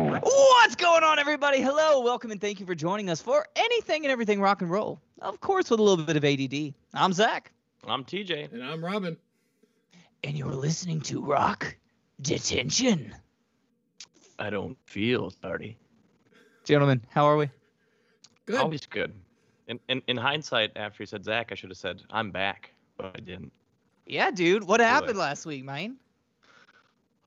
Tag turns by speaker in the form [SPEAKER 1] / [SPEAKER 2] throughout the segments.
[SPEAKER 1] What's going on, everybody? Hello, welcome, and thank you for joining us for anything and everything rock and roll. Of course, with a little bit of ADD. I'm Zach,
[SPEAKER 2] I'm TJ.
[SPEAKER 3] And I'm Robin.
[SPEAKER 1] and you're listening to Rock Detention.
[SPEAKER 2] I don't feel dirty.
[SPEAKER 1] Gentlemen, how are we?
[SPEAKER 3] Good.
[SPEAKER 2] Always good. In, in in hindsight, after you said Zach, I should have said I'm back, but I didn't.
[SPEAKER 1] Yeah, dude. What
[SPEAKER 2] happened
[SPEAKER 1] last week, man?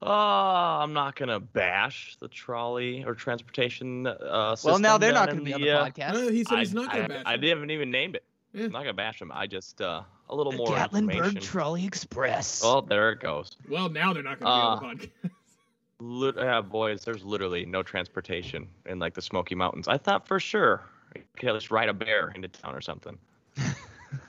[SPEAKER 2] Oh, I'm not gonna bash the trolley or transportation. Uh,
[SPEAKER 1] Well, now
[SPEAKER 2] system
[SPEAKER 1] they're
[SPEAKER 2] down
[SPEAKER 1] not going to
[SPEAKER 2] in
[SPEAKER 1] be on the
[SPEAKER 2] uh,
[SPEAKER 3] No,
[SPEAKER 1] podcast.
[SPEAKER 3] no, he said he's
[SPEAKER 2] I-
[SPEAKER 3] not
[SPEAKER 2] I-
[SPEAKER 3] going to bash.
[SPEAKER 2] I
[SPEAKER 3] him.
[SPEAKER 2] didn't even name it.
[SPEAKER 3] Yeah.
[SPEAKER 2] I'm not gonna bash him. I just uh, a little
[SPEAKER 1] The
[SPEAKER 2] more
[SPEAKER 1] Gatlinburg
[SPEAKER 2] information.
[SPEAKER 1] Trolley Express.
[SPEAKER 2] oh, there it goes.
[SPEAKER 3] Well, now they're not going to be on the
[SPEAKER 2] Uh,
[SPEAKER 3] podcast.
[SPEAKER 2] Lit- yeah, boys, there's literally no transportation in like the Smoky Mountains. I thought for sure, okay, let's ride a bear into town or something.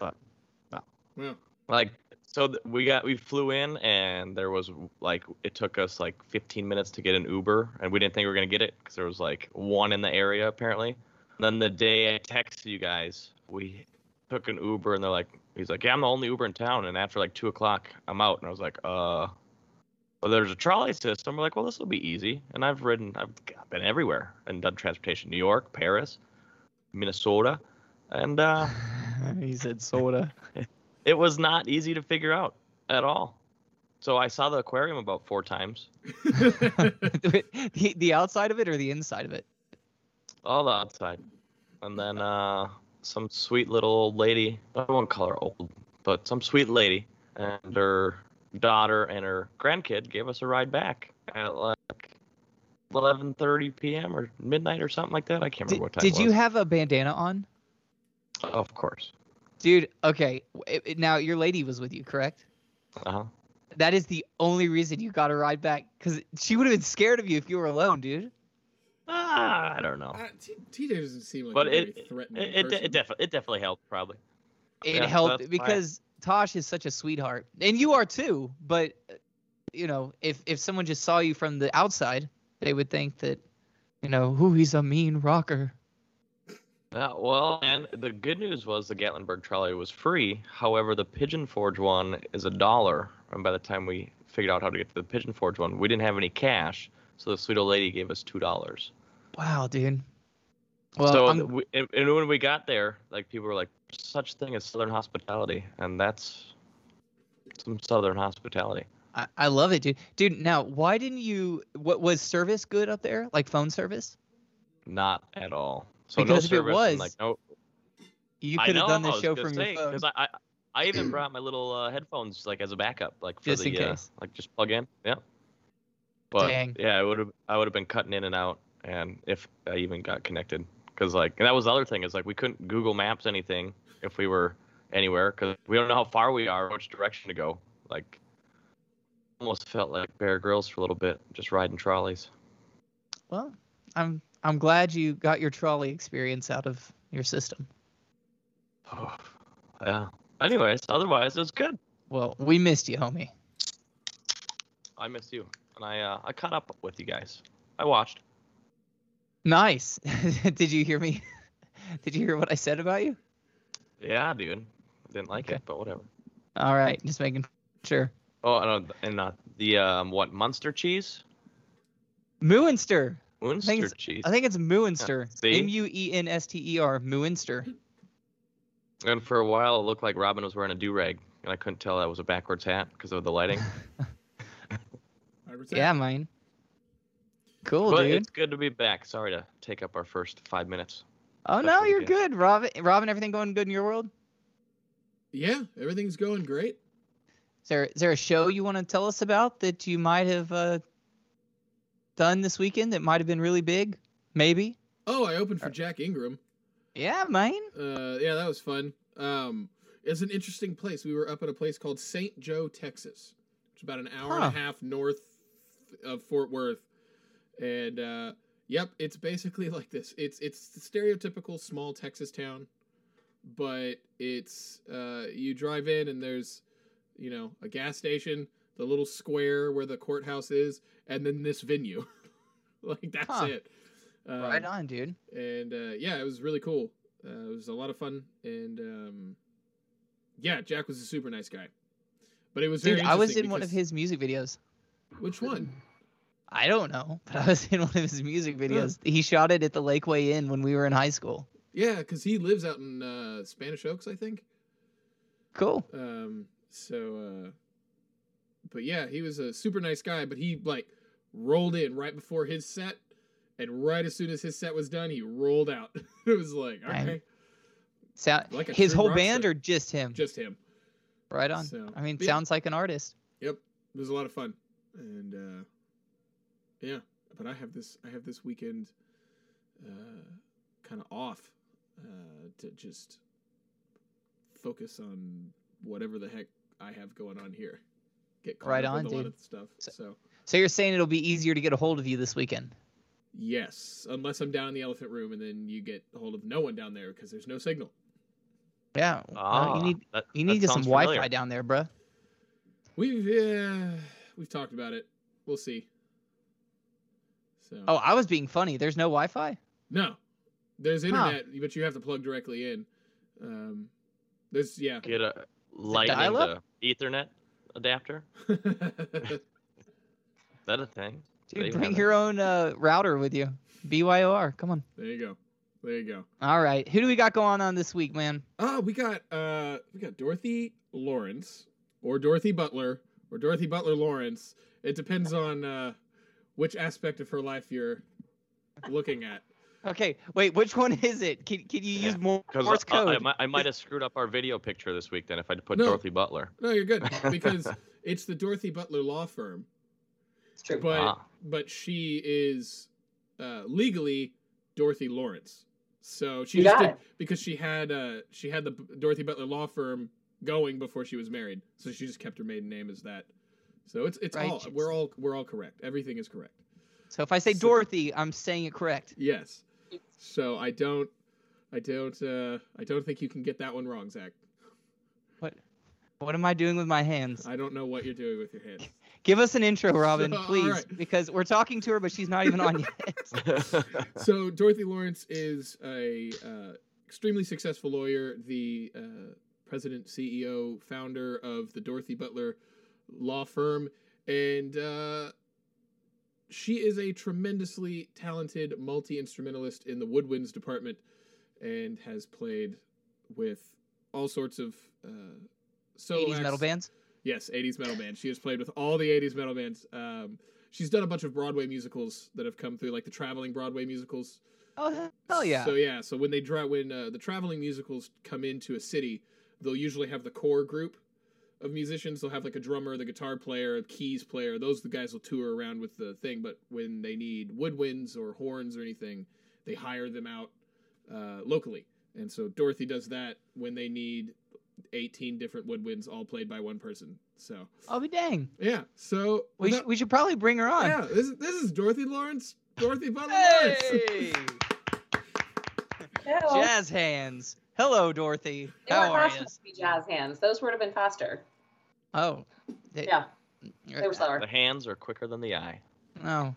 [SPEAKER 3] Well,
[SPEAKER 2] like so th- we got we flew in and there was like it took us like 15 minutes to get an uber and we didn't think we were going to get it because there was like one in the area apparently and then the day i texted you guys we took an uber and they're like he's like yeah i'm the only uber in town and after like two o'clock i'm out and i was like uh well there's a trolley system we're like well this will be easy and i've ridden i've been everywhere and done transportation new york paris minnesota and uh
[SPEAKER 1] he said soda.
[SPEAKER 2] it was not easy to figure out at all. So I saw the aquarium about four times.
[SPEAKER 1] the, the outside of it or the inside of it?
[SPEAKER 2] All the outside. And then uh, some sweet little old lady. I won't call her old, but some sweet lady and her daughter and her grandkid gave us a ride back at like 11:30 p.m. or midnight or something like that. I can't remember
[SPEAKER 1] Did,
[SPEAKER 2] what time.
[SPEAKER 1] did
[SPEAKER 2] it
[SPEAKER 1] you
[SPEAKER 2] was.
[SPEAKER 1] have a bandana on?
[SPEAKER 2] Of course.
[SPEAKER 1] Dude, okay. it- it- now, your lady was with you, correct?
[SPEAKER 2] Uh huh.
[SPEAKER 1] That is the only reason you got a ride back, because she would have been scared of you if you were alone, dude.
[SPEAKER 2] Ah, I don't know.
[SPEAKER 3] uh, T- TJ doesn't seem like
[SPEAKER 2] But
[SPEAKER 3] a very
[SPEAKER 2] it-
[SPEAKER 3] threatening
[SPEAKER 2] It, it,
[SPEAKER 3] person.
[SPEAKER 2] it, defi- it definitely helped, probably.
[SPEAKER 1] It
[SPEAKER 2] Yeah,
[SPEAKER 1] helped
[SPEAKER 2] that's why-
[SPEAKER 1] because Tosh is such a sweetheart, and you are too. But uh, you know, if if someone just saw you from the outside, they would think that, you know, who he's a mean rocker.
[SPEAKER 2] Uh, well, and the good news was the Gatlinburg trolley was free. However, the Pigeon Forge one is a dollar. And by the time we figured out how to get to the Pigeon Forge one, we didn't have any cash. So the sweet old lady gave us two dollars.
[SPEAKER 1] Wow, dude. Well,
[SPEAKER 2] so
[SPEAKER 1] I'm-
[SPEAKER 2] we, and, and when we got there, like people were like, "Such thing as Southern hospitality," and that's some Southern hospitality.
[SPEAKER 1] I, I love it, dude. Dude, now why didn't you? What was service good up there? Like phone service?
[SPEAKER 2] Not at all. So
[SPEAKER 1] Because
[SPEAKER 2] no
[SPEAKER 1] if it
[SPEAKER 2] service and,
[SPEAKER 1] was,
[SPEAKER 2] like no
[SPEAKER 1] You
[SPEAKER 2] I
[SPEAKER 1] could have
[SPEAKER 2] know,
[SPEAKER 1] done
[SPEAKER 2] I
[SPEAKER 1] this
[SPEAKER 2] was
[SPEAKER 1] show
[SPEAKER 2] gonna
[SPEAKER 1] from
[SPEAKER 2] say,
[SPEAKER 1] your phone.
[SPEAKER 2] 'cause I, I, I even brought my little uh, headphones like as a backup, like for
[SPEAKER 1] Just
[SPEAKER 2] the
[SPEAKER 1] in
[SPEAKER 2] uh,
[SPEAKER 1] case.
[SPEAKER 2] like just plug in. Yeah. But
[SPEAKER 1] Dang.
[SPEAKER 2] yeah, I would have I would have been cutting in and out, and if I even got connected, because like and that was the other thing is like we couldn't Google Maps anything if we were anywhere because we don't know how far we are, which direction to go. Like almost felt like Bear Grylls for a little bit, just riding trolleys.
[SPEAKER 1] Well, I'm I'm glad you got your trolley experience out of your system.
[SPEAKER 2] yeah. Anyways, otherwise it was good.
[SPEAKER 1] Well, we missed you, homie.
[SPEAKER 2] I missed you, and I uh, I caught up with you guys. I watched.
[SPEAKER 1] Nice. Did you hear me? Did you hear what I said about you?
[SPEAKER 2] Yeah, dude. Didn't like
[SPEAKER 1] Okay.
[SPEAKER 2] it, but whatever.
[SPEAKER 1] All right, just making sure.
[SPEAKER 2] Oh, and, uh, and uh, the um, what Munster cheese?
[SPEAKER 1] Muenster.
[SPEAKER 2] Munster
[SPEAKER 1] it's- uh,
[SPEAKER 2] cheese.
[SPEAKER 1] I think it's Muenster.
[SPEAKER 2] see?
[SPEAKER 1] M U E N S T E R. Muenster.
[SPEAKER 2] And for a while, it looked like Robin was wearing a do rag, and I couldn't tell that was a backwards hat because of the lighting.
[SPEAKER 3] I respect-
[SPEAKER 1] Yeah, mine. Cool,
[SPEAKER 2] but
[SPEAKER 1] dude.
[SPEAKER 2] it's good to be back. Sorry to take up our first five minutes.
[SPEAKER 1] Oh no,
[SPEAKER 2] definitely
[SPEAKER 1] you're
[SPEAKER 2] good.
[SPEAKER 1] good, Robin. Robin, everything going good in your world?
[SPEAKER 3] Yeah, everything's going great.
[SPEAKER 1] Is there is there a show you want to tell us about that you might have uh, done this weekend that might have been really big? Maybe.
[SPEAKER 3] Oh, I opened
[SPEAKER 2] Uh,
[SPEAKER 3] for Jack Ingram.
[SPEAKER 1] Yeah, mine.
[SPEAKER 3] Uh, yeah, that was fun. Um, it's an interesting place. We were up at a place called St. Joe, Texas, which is about an hour and
[SPEAKER 1] Huh.
[SPEAKER 3] a half north of Fort Worth. And uh, yep, it's basically like this. It's it's the stereotypical small Texas town, but it's uh, you drive in and there's you know a gas station, the little square where the courthouse is, and then this venue. like that's
[SPEAKER 1] Huh.
[SPEAKER 3] it. Um,
[SPEAKER 1] right on, dude.
[SPEAKER 3] and uh, yeah, it was really cool. Uh, it was a lot of fun, and um, yeah, Jack was a super nice guy. But it was very
[SPEAKER 1] Dude, I was in
[SPEAKER 3] interesting
[SPEAKER 1] one of
[SPEAKER 3] because-
[SPEAKER 1] his music videos.
[SPEAKER 3] Which one?
[SPEAKER 1] I don't know, but I was in one of his music videos. He shot it at the Lakeway Inn when we were in high school.
[SPEAKER 3] Yeah, because he lives out in uh, Spanish Oaks, I think.
[SPEAKER 1] Cool.
[SPEAKER 3] Um, so, uh, but yeah, he was a super nice guy. But he like rolled in right before his set, and right as soon as his set was done, he rolled out. it was like, all
[SPEAKER 1] Right.
[SPEAKER 3] right,
[SPEAKER 1] Sound
[SPEAKER 3] Like a
[SPEAKER 1] his
[SPEAKER 3] true
[SPEAKER 1] whole
[SPEAKER 3] rock
[SPEAKER 1] band
[SPEAKER 3] star.
[SPEAKER 1] or just him?
[SPEAKER 3] just him.
[SPEAKER 1] right on.
[SPEAKER 3] so-
[SPEAKER 1] I mean,
[SPEAKER 3] Yeah.
[SPEAKER 1] sounds like an artist.
[SPEAKER 3] Yep, it was a lot of fun, and uh, yeah. But I have this, I have this weekend uh, kind of off uh, to just focus on whatever the heck I have going on here. Get caught
[SPEAKER 1] Right
[SPEAKER 3] up
[SPEAKER 1] on,
[SPEAKER 3] with a lot
[SPEAKER 1] dude.
[SPEAKER 3] of stuff.
[SPEAKER 1] So-
[SPEAKER 3] so
[SPEAKER 1] So you're saying it'll be easier to get a hold of you this weekend?
[SPEAKER 3] yes, unless I'm down in the elephant room, and then you get hold of no one down there because there's no signal.
[SPEAKER 1] Yeah. well, you need
[SPEAKER 2] Ah, that-
[SPEAKER 1] you
[SPEAKER 2] that
[SPEAKER 1] need just some
[SPEAKER 2] sounds familiar.
[SPEAKER 1] Wi-Fi down there, bruh.
[SPEAKER 3] We've uh, we've talked about it. We'll see. So
[SPEAKER 1] Oh, I was being funny. There's no Wi-Fi.
[SPEAKER 3] No, there's
[SPEAKER 1] Huh.
[SPEAKER 3] internet, but you have to plug directly in. Um, there's yeah.
[SPEAKER 2] Get a lightning to
[SPEAKER 1] dial-up?
[SPEAKER 2] Ethernet adapter.
[SPEAKER 3] I
[SPEAKER 2] Is that a thing? They
[SPEAKER 1] Dude,
[SPEAKER 2] even
[SPEAKER 1] bring
[SPEAKER 2] have
[SPEAKER 1] your own uh, router with you. BYOR. Come on.
[SPEAKER 3] there you go. There you go.
[SPEAKER 1] All right. Who do we got going on this week, man?
[SPEAKER 3] Ah, we got uh, we got Dorothy Lawrence or Dorothy Butler or Dorothy Butler Lawrence. It depends on uh, which aspect of her life you're looking at.
[SPEAKER 1] Okay. Wait. Which one is it? Can can you use
[SPEAKER 2] Yeah,
[SPEAKER 1] more
[SPEAKER 2] Because
[SPEAKER 1] Morse
[SPEAKER 2] I, I,
[SPEAKER 1] code?
[SPEAKER 2] might- I might have screwed up our video picture this week then if I put
[SPEAKER 3] No.
[SPEAKER 2] Dorothy Butler.
[SPEAKER 3] No, you're good because it's the Dorothy Butler Law Firm,
[SPEAKER 1] It's true.
[SPEAKER 3] but
[SPEAKER 2] Ah.
[SPEAKER 3] but she is uh, legally Dorothy Lawrence. So she
[SPEAKER 4] You
[SPEAKER 3] just
[SPEAKER 4] got
[SPEAKER 3] did, because she had uh, she had the B- Dorothy Butler law firm going before she was married, so she just kept her maiden name as that. So it's it's all
[SPEAKER 1] Righteous.
[SPEAKER 3] we're all we're all correct. Everything is correct.
[SPEAKER 1] So if I say
[SPEAKER 3] So-
[SPEAKER 1] Dorothy, I'm saying it correct.
[SPEAKER 3] Yes. So I don't I don't uh, I don't think you can get that one wrong, Zach.
[SPEAKER 1] What am I doing with my hands?
[SPEAKER 3] I don't know what you're doing with your hands.
[SPEAKER 1] Give us an intro, Robin,
[SPEAKER 3] all
[SPEAKER 1] please,
[SPEAKER 3] right.
[SPEAKER 1] because we're talking to her, but she's not even on yet.
[SPEAKER 2] Ah.
[SPEAKER 3] so Dorothy Lawrence is a uh, extremely successful lawyer, the uh, president, CEO, founder of the Dorothy Butler Law Firm, and uh, she is a tremendously talented multi instrumentalist in the woodwinds department, and has played with all sorts of uh, solo
[SPEAKER 1] 80s metal
[SPEAKER 3] acts.
[SPEAKER 1] bands.
[SPEAKER 3] Yes, 80s metal band. She has played with all the 80s metal bands. Um, she's done a bunch of Broadway musicals that have come through, like the traveling Broadway musicals.
[SPEAKER 1] Oh hell yeah!
[SPEAKER 3] So yeah, so when they draw when uh, the traveling musicals come into a city, they'll usually have the core group of musicians. They'll have like a drummer, the guitar player, a keys player. Those the guys will tour around with the thing. But when they need woodwinds or horns or anything, they hire them out uh, locally. And so Dorothy does that when they need 18 different woodwinds all played by one person. So
[SPEAKER 1] I'll be dang.
[SPEAKER 3] yeah. So
[SPEAKER 1] We,
[SPEAKER 3] without-
[SPEAKER 1] sh- we should probably bring her on.
[SPEAKER 3] yeah, this is, this is Dorothy Lawrence. Dorothy Butler Lawrence.
[SPEAKER 1] Hey,
[SPEAKER 4] Hello.
[SPEAKER 1] jazz hands. Hello, Dorothy.
[SPEAKER 4] They
[SPEAKER 1] How
[SPEAKER 4] weren't
[SPEAKER 1] are
[SPEAKER 4] fast
[SPEAKER 1] you?
[SPEAKER 4] enough to be jazz hands. Those would have been faster.
[SPEAKER 1] Oh, they- Mm,
[SPEAKER 4] Yeah,
[SPEAKER 1] you're-
[SPEAKER 4] they were slower.
[SPEAKER 2] the hands are quicker than the eye.
[SPEAKER 1] no, oh.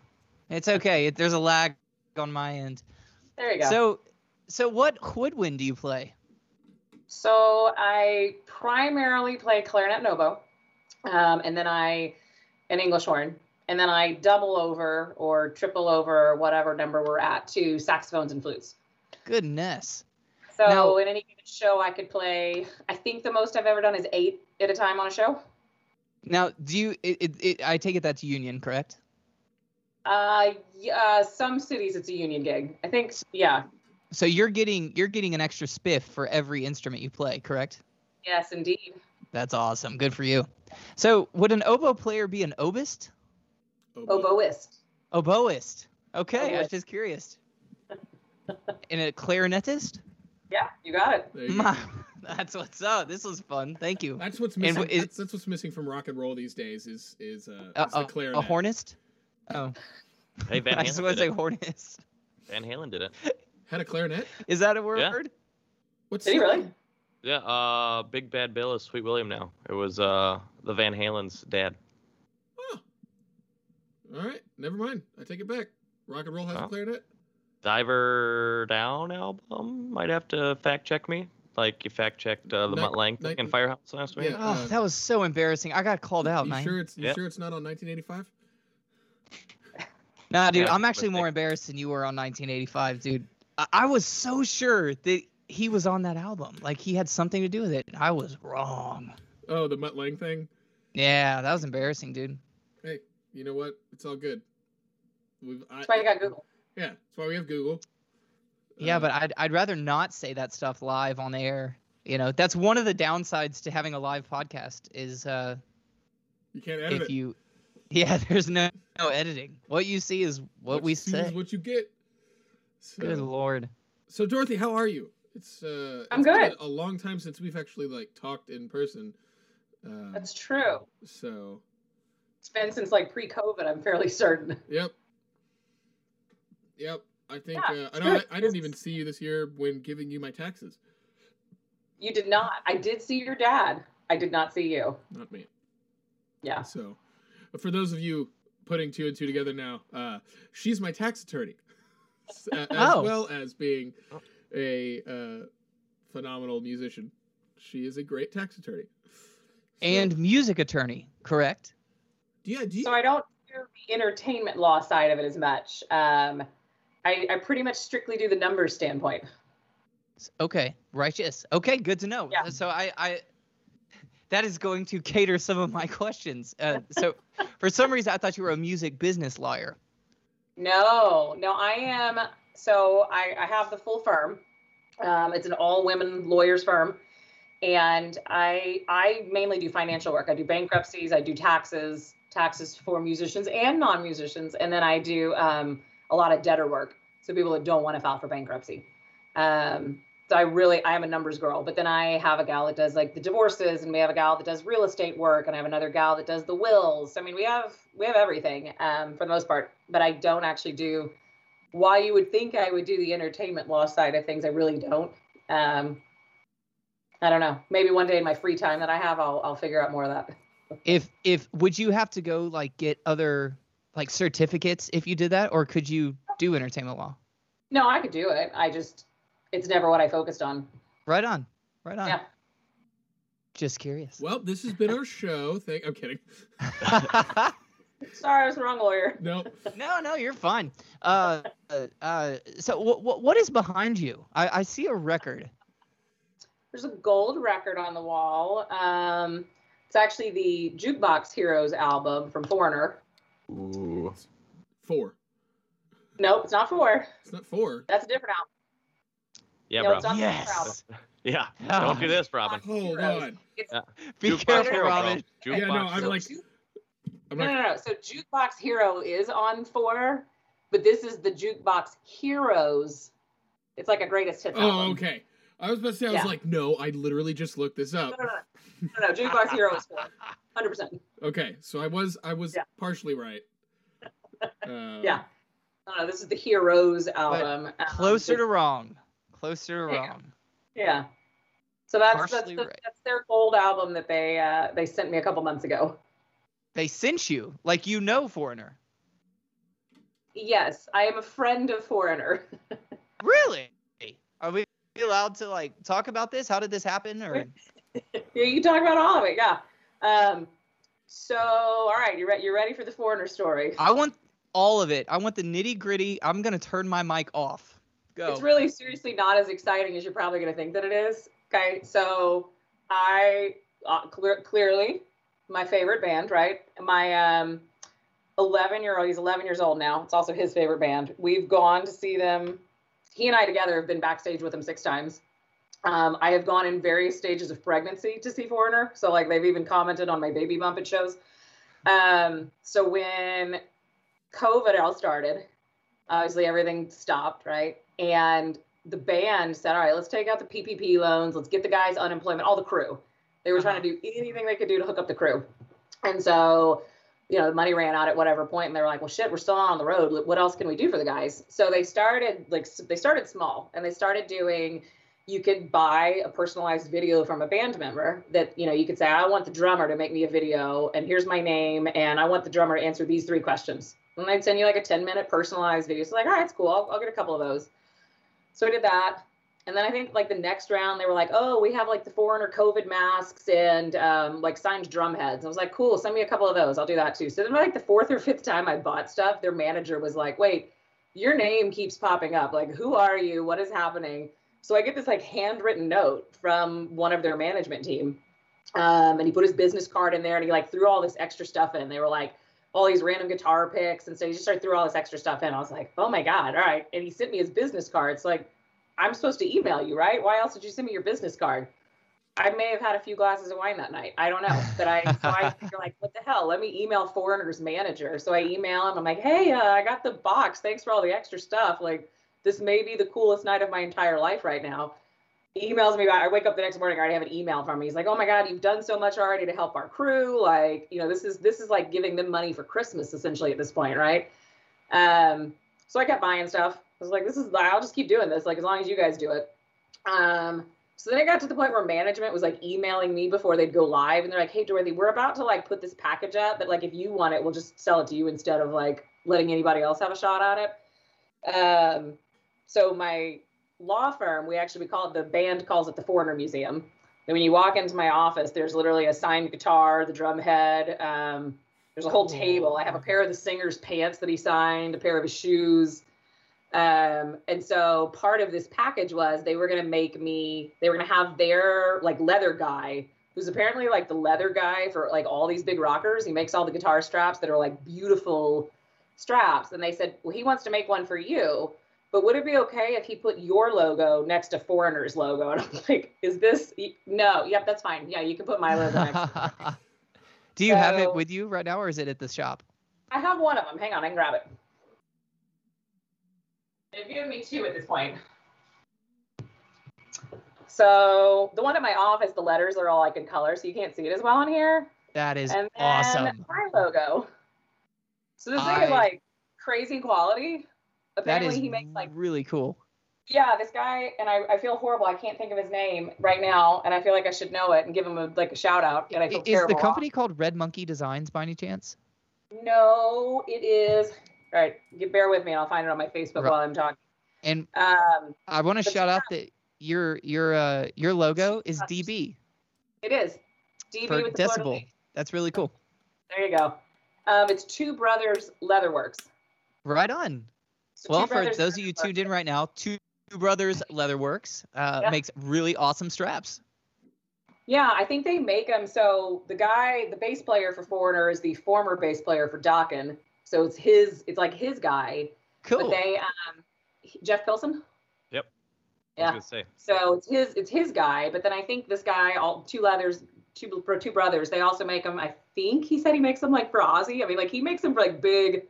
[SPEAKER 1] it's okay. It, there's a lag on my end.
[SPEAKER 4] There you go. So,
[SPEAKER 1] So, so what woodwind do you play?
[SPEAKER 4] I primarily play clarinet and oboe, um, and then I an English horn, and then I double over or triple over whatever number we're at to saxophones and flutes.
[SPEAKER 1] Goodness.
[SPEAKER 4] So
[SPEAKER 1] Now-
[SPEAKER 4] in any given show, I could play. I think the most I've ever done is eight at a time on a show.
[SPEAKER 1] Now, do you? It, it, it, I take it that's union, correct?
[SPEAKER 4] Uh, yeah, some cities it's a union gig. I think yeah,
[SPEAKER 1] So you're getting you're getting an extra spiff for every instrument you play, correct?
[SPEAKER 4] yes indeed.
[SPEAKER 1] That's awesome. Good for you. So would an oboe player be an obist?
[SPEAKER 3] Oh,
[SPEAKER 4] Oboist.
[SPEAKER 1] Oboist. Okay, I was
[SPEAKER 4] Oboist.
[SPEAKER 1] just curious. and a clarinetist?
[SPEAKER 4] Yeah, you got it.
[SPEAKER 3] There you go.
[SPEAKER 1] Ma- that's what's up. This was fun. Thank you.
[SPEAKER 3] That's what's
[SPEAKER 1] And
[SPEAKER 3] missing.
[SPEAKER 1] w- is-
[SPEAKER 3] that's, that's what's missing from rock and roll these days is is, uh,
[SPEAKER 1] A,
[SPEAKER 3] is the
[SPEAKER 1] a,
[SPEAKER 3] clarinet.
[SPEAKER 1] a hornist? Oh,
[SPEAKER 2] Hey, Van
[SPEAKER 1] I
[SPEAKER 2] Halen
[SPEAKER 1] just want
[SPEAKER 2] did
[SPEAKER 1] to say
[SPEAKER 2] it.
[SPEAKER 1] hornist.
[SPEAKER 2] Van Halen did it.
[SPEAKER 3] Had a clarinet.
[SPEAKER 1] Is that a word?
[SPEAKER 3] What's
[SPEAKER 4] Did he
[SPEAKER 3] that?
[SPEAKER 4] really?
[SPEAKER 2] Yeah, uh, Big Bad Bill is Sweet William now. It was uh, the Van Halen's dad.
[SPEAKER 3] Oh. All right, never mind. I take it back. Rock and roll has a
[SPEAKER 2] Wow.
[SPEAKER 3] clarinet.
[SPEAKER 2] Diver Down album? Might have to fact check me. Like you fact checked uh, the
[SPEAKER 3] Night-
[SPEAKER 2] Mutt Lang
[SPEAKER 3] night-
[SPEAKER 2] in Firehouse last week.
[SPEAKER 3] Yeah,
[SPEAKER 1] Oh,
[SPEAKER 3] uh,
[SPEAKER 1] that was so embarrassing. I got called out,
[SPEAKER 3] you
[SPEAKER 1] man.
[SPEAKER 3] sure it's you
[SPEAKER 2] Yeah.
[SPEAKER 3] sure it's not on 1985?
[SPEAKER 1] Nah, dude,
[SPEAKER 2] Yeah,
[SPEAKER 1] I'm actually more
[SPEAKER 2] mistake.
[SPEAKER 1] embarrassed than you were on 1985, dude. I, I was so sure that he was on that album, like he had something to do with it. I was wrong.
[SPEAKER 3] Oh, the Mutt Lang thing.
[SPEAKER 1] Yeah, that was embarrassing, dude.
[SPEAKER 3] You know what? It's all good. We've, I,
[SPEAKER 4] That's why you got Google.
[SPEAKER 3] Yeah, that's why we have Google.
[SPEAKER 1] Yeah,
[SPEAKER 3] Uh,
[SPEAKER 1] but I'd I'd rather not say that stuff live on air. You know, that's one of the downsides to having a live podcast is uh,
[SPEAKER 3] you can't edit
[SPEAKER 1] if
[SPEAKER 3] it.
[SPEAKER 1] you, yeah, there's no no editing. What you see is what,
[SPEAKER 3] you
[SPEAKER 1] we
[SPEAKER 3] see is
[SPEAKER 1] say.
[SPEAKER 3] what you get. So,
[SPEAKER 1] Good lord.
[SPEAKER 3] so Dorothy, how are you? It's uh,
[SPEAKER 4] I'm
[SPEAKER 3] it's been
[SPEAKER 4] good.
[SPEAKER 3] A, a long time since we've actually like talked in person. Um,
[SPEAKER 4] That's true.
[SPEAKER 3] so
[SPEAKER 4] It's been since like pre-COVID. I'm fairly certain.
[SPEAKER 3] yep, yep. I think
[SPEAKER 4] Yeah,
[SPEAKER 3] uh, I
[SPEAKER 4] it's
[SPEAKER 3] know
[SPEAKER 4] good.
[SPEAKER 3] I, I didn't even see you this year when giving you my taxes.
[SPEAKER 4] You did not. I did see your dad. I did not see you.
[SPEAKER 3] Not me.
[SPEAKER 4] Yeah.
[SPEAKER 3] So, for those of you putting two and two together now, uh, she's my tax attorney, S- a- as
[SPEAKER 1] Oh.
[SPEAKER 3] well as being a uh, phenomenal musician. She is a great tax attorney. So-
[SPEAKER 1] And music attorney, correct?
[SPEAKER 3] yeah, do you,
[SPEAKER 4] So I don't do the entertainment law side of it as much. Um, I, I pretty much strictly do the numbers standpoint.
[SPEAKER 1] S- Okay, righteous. Okay, good to know.
[SPEAKER 4] Yeah.
[SPEAKER 1] So I, I that is going to cater some of my questions. Uh, so for some reason, I thought you were a music business lawyer.
[SPEAKER 4] No, no, I am. So I, I have the full firm. Um, it's an all-women lawyers firm, and I I mainly do financial work. I do bankruptcies, I do taxes, taxes for musicians and non-musicians, and then I do um, a lot of debtor work. So people that don't want to file for bankruptcy. Um, so I really I am a numbers girl. But then I have a gal that does like the divorces, and we have a gal that does real estate work, and I have another gal that does the wills. I mean, we have we have everything um, for the most part. But I don't actually do. While you would think I would do the entertainment law side of things, I really don't. Um, I don't know. Maybe one day in my free time that I have, I'll I'll figure out more of that.
[SPEAKER 1] If if would you have to go like get other like certificates if you did that, or could you do entertainment law?
[SPEAKER 4] No, I could do it. I just it's never what I focused on.
[SPEAKER 1] Right on, right on.
[SPEAKER 4] Yeah.
[SPEAKER 1] Just curious.
[SPEAKER 3] well, this has been our show. Thank. I'm kidding.
[SPEAKER 4] Sorry, I was the wrong lawyer.
[SPEAKER 3] No,
[SPEAKER 1] no, no, you're fine. Uh, uh, uh, so what what what is behind you? I, I see a record.
[SPEAKER 4] There's a gold record on the wall. Um, it's actually the Jukebox Heroes album from Foreigner.
[SPEAKER 2] Ooh.
[SPEAKER 3] four.
[SPEAKER 4] Nope, it's not four.
[SPEAKER 3] It's not four.
[SPEAKER 4] That's a different album.
[SPEAKER 2] Yeah,
[SPEAKER 4] No,
[SPEAKER 2] bro.
[SPEAKER 4] it's on the
[SPEAKER 1] Yes.
[SPEAKER 2] Yeah. Don't do this, Robin.
[SPEAKER 3] Hold
[SPEAKER 4] Heroes.
[SPEAKER 3] on.
[SPEAKER 1] Be
[SPEAKER 2] Jukebox
[SPEAKER 1] careful,
[SPEAKER 2] hero, bro.
[SPEAKER 1] Robin.
[SPEAKER 2] Jukebox
[SPEAKER 3] Yeah, no, Oh, I'm
[SPEAKER 2] hero.
[SPEAKER 3] like, I'm
[SPEAKER 4] no,
[SPEAKER 3] not.
[SPEAKER 4] no, no. So Jukebox Hero is on four, but this is the Jukebox Heroes. It's like a greatest hits
[SPEAKER 3] Oh,
[SPEAKER 4] album.
[SPEAKER 3] okay. I was about to say. I was
[SPEAKER 4] Yeah.
[SPEAKER 3] like, no. I literally just looked this
[SPEAKER 4] No,
[SPEAKER 3] up.
[SPEAKER 4] no, no, no, no. Jukebox Hero is four, hundred percent.
[SPEAKER 3] Okay, so I was I was
[SPEAKER 4] Yeah.
[SPEAKER 3] partially right. Uh,
[SPEAKER 4] Yeah. No, no, this is the Heroes album. Um,
[SPEAKER 1] Closer to wrong. Closer to
[SPEAKER 4] Yeah.
[SPEAKER 1] wrong.
[SPEAKER 4] yeah. So that's that's,
[SPEAKER 1] Partially
[SPEAKER 4] that's,
[SPEAKER 1] right.
[SPEAKER 4] that's their gold album that they uh, they sent me a couple months ago.
[SPEAKER 1] They sent you like you know foreigner.
[SPEAKER 4] Yes, I am a friend of Foreigner.
[SPEAKER 1] Really? Are we allowed to like talk about this? How did this happen? Or
[SPEAKER 4] Yeah, you can talk about all of it. Yeah. Um, so, all right, you re- you're ready for the Foreigner story.
[SPEAKER 1] I want all of it. I want the nitty gritty. I'm gonna turn my mic off. Go.
[SPEAKER 4] It's really seriously not as exciting as you're probably going to think that it is. Okay, so I uh, clear, clearly my favorite band, right? My um, 11 year old, he's 11 years old now. It's also his favorite band. We've gone to see them. He and I together have been backstage with them six times. Um, I have gone in various stages of pregnancy to see Foreigner. So, like, they've even commented on my baby bump at shows. Um, so, when COVID all started, obviously everything stopped, right? And the band said, all right, let's take out the PPP loans, let's get the guys unemployment, all the crew. They were trying to do anything they could do to hook up the crew. And so, you know, the money ran out at whatever point, and they were like, well, shit, we're still on the road. What else can we do for the guys? So they started, like, s- they started small and they started doing, you could buy a personalized video from a band member that, you know, you could say, I want the drummer to make me a video, and here's my name, and I want the drummer to answer these three questions. And they'd send you like a 10 minute personalized video. So, like, all right, it's cool. I'll, I'll get a couple of those. So we did that. And then I think like the next round they were like, oh, we have like the foreigner COVID masks and um, like signed drumheads. I was like, cool, send me a couple of those. I'll do that too. So then like the fourth or fifth time I bought stuff, their manager was like, wait, your name keeps popping up. Like, who are you? What is happening? So I get this like handwritten note from one of their management team. Um, and he put his business card in there and he like threw all this extra stuff in. They were like, all these random guitar picks. And so he just started threw all this extra stuff in. I was like, oh my God, all right. And he sent me his business card. It's like, I'm supposed to email you, right? Why else did you send me your business card? I may have had a few glasses of wine that night. I don't know. But I, so I figure like, what the hell? Let me email Foreigner's manager. So I email him. I'm like, hey, uh, I got the box. Thanks for all the extra stuff. Like, this may be the coolest night of my entire life right now. He emails me back. I wake up the next morning. I already have an email from him. He's like, oh my god, you've done so much already to help our crew. Like, you know, this is this is like giving them money for Christmas essentially at this point, right? Um, so I kept buying stuff. I was like, this is, I'll just keep doing this, like, as long as you guys do it. Um, so then it got to the point where management was like emailing me before they'd go live. And they're like, hey, Dorothy, we're about to like put this package up, but like, if you want it, we'll just sell it to you instead of like letting anybody else have a shot at it. Um, so my law firm, we actually, we call it the band calls it the Foreigner Museum. And when you walk into my office, there's literally a signed guitar, the drum head. Um, there's a whole table. I have a pair of the singer's pants that he signed, a pair of his shoes. Um, and so part of this package was they were going to make me, they were going to have their like leather guy, who's apparently like the leather guy for like all these big rockers. He makes all the guitar straps that are like beautiful straps. And they said, well, he wants to make one for you, but would it be okay if he put your logo next to Foreigner's logo? And I'm like, is this, no, yep, that's fine. Yeah, you can put my logo next to it.
[SPEAKER 1] Do you have
[SPEAKER 4] So-
[SPEAKER 1] it with you right now, or is it at the shop?
[SPEAKER 4] I have one of them. Hang on, I can grab it. They've given me two at this point. So the one at my office, the letters are all like in color, so you can't see it as well on here.
[SPEAKER 1] That is
[SPEAKER 4] and then
[SPEAKER 1] awesome.
[SPEAKER 4] my logo. So this thing
[SPEAKER 1] I-
[SPEAKER 4] is like crazy quality.
[SPEAKER 1] That
[SPEAKER 4] Apparently
[SPEAKER 1] is
[SPEAKER 4] he makes like
[SPEAKER 1] really cool.
[SPEAKER 4] yeah, this guy and I, I feel horrible. I can't think of his name right now, and I feel like I should know it and give him a, like a shout out. And I feel
[SPEAKER 1] I- Is
[SPEAKER 4] terrible.
[SPEAKER 1] the company called Red Monkey Designs by any chance?
[SPEAKER 4] No, it is. All right, get, bear with me, and I'll find it on my Facebook
[SPEAKER 1] Right.
[SPEAKER 4] while I'm talking.
[SPEAKER 1] And
[SPEAKER 4] Um,
[SPEAKER 1] I want to
[SPEAKER 4] That's
[SPEAKER 1] shout out that your your uh your logo is
[SPEAKER 4] Yes.
[SPEAKER 1] DB
[SPEAKER 4] it is. DB
[SPEAKER 1] for
[SPEAKER 4] with the floating
[SPEAKER 1] decibel.
[SPEAKER 4] leaf.
[SPEAKER 1] That's really cool.
[SPEAKER 4] There you go. Um, it's Two Brothers Leatherworks.
[SPEAKER 1] Right on.
[SPEAKER 4] So
[SPEAKER 1] Well,
[SPEAKER 4] Two
[SPEAKER 1] for
[SPEAKER 4] Brothers
[SPEAKER 1] those of you
[SPEAKER 4] Leatherworks.
[SPEAKER 1] tuned in right now, Two Brothers Leatherworks uh,
[SPEAKER 4] Yeah.
[SPEAKER 1] makes really awesome straps.
[SPEAKER 4] Yeah, I think they make them. So the guy, the bass player for Foreigner, is the former bass player for Dokken. So it's his. It's like his guy. But
[SPEAKER 1] Cool.
[SPEAKER 4] they, um, Jeff Pilson.
[SPEAKER 2] Yep.
[SPEAKER 4] Yeah.
[SPEAKER 2] I was gonna say.
[SPEAKER 4] So it's his it's his guy, but then I think this guy, all two leathers, two for two brothers, they also make them. I think he said he makes them like for Ozzy. I mean, like he makes them for like big.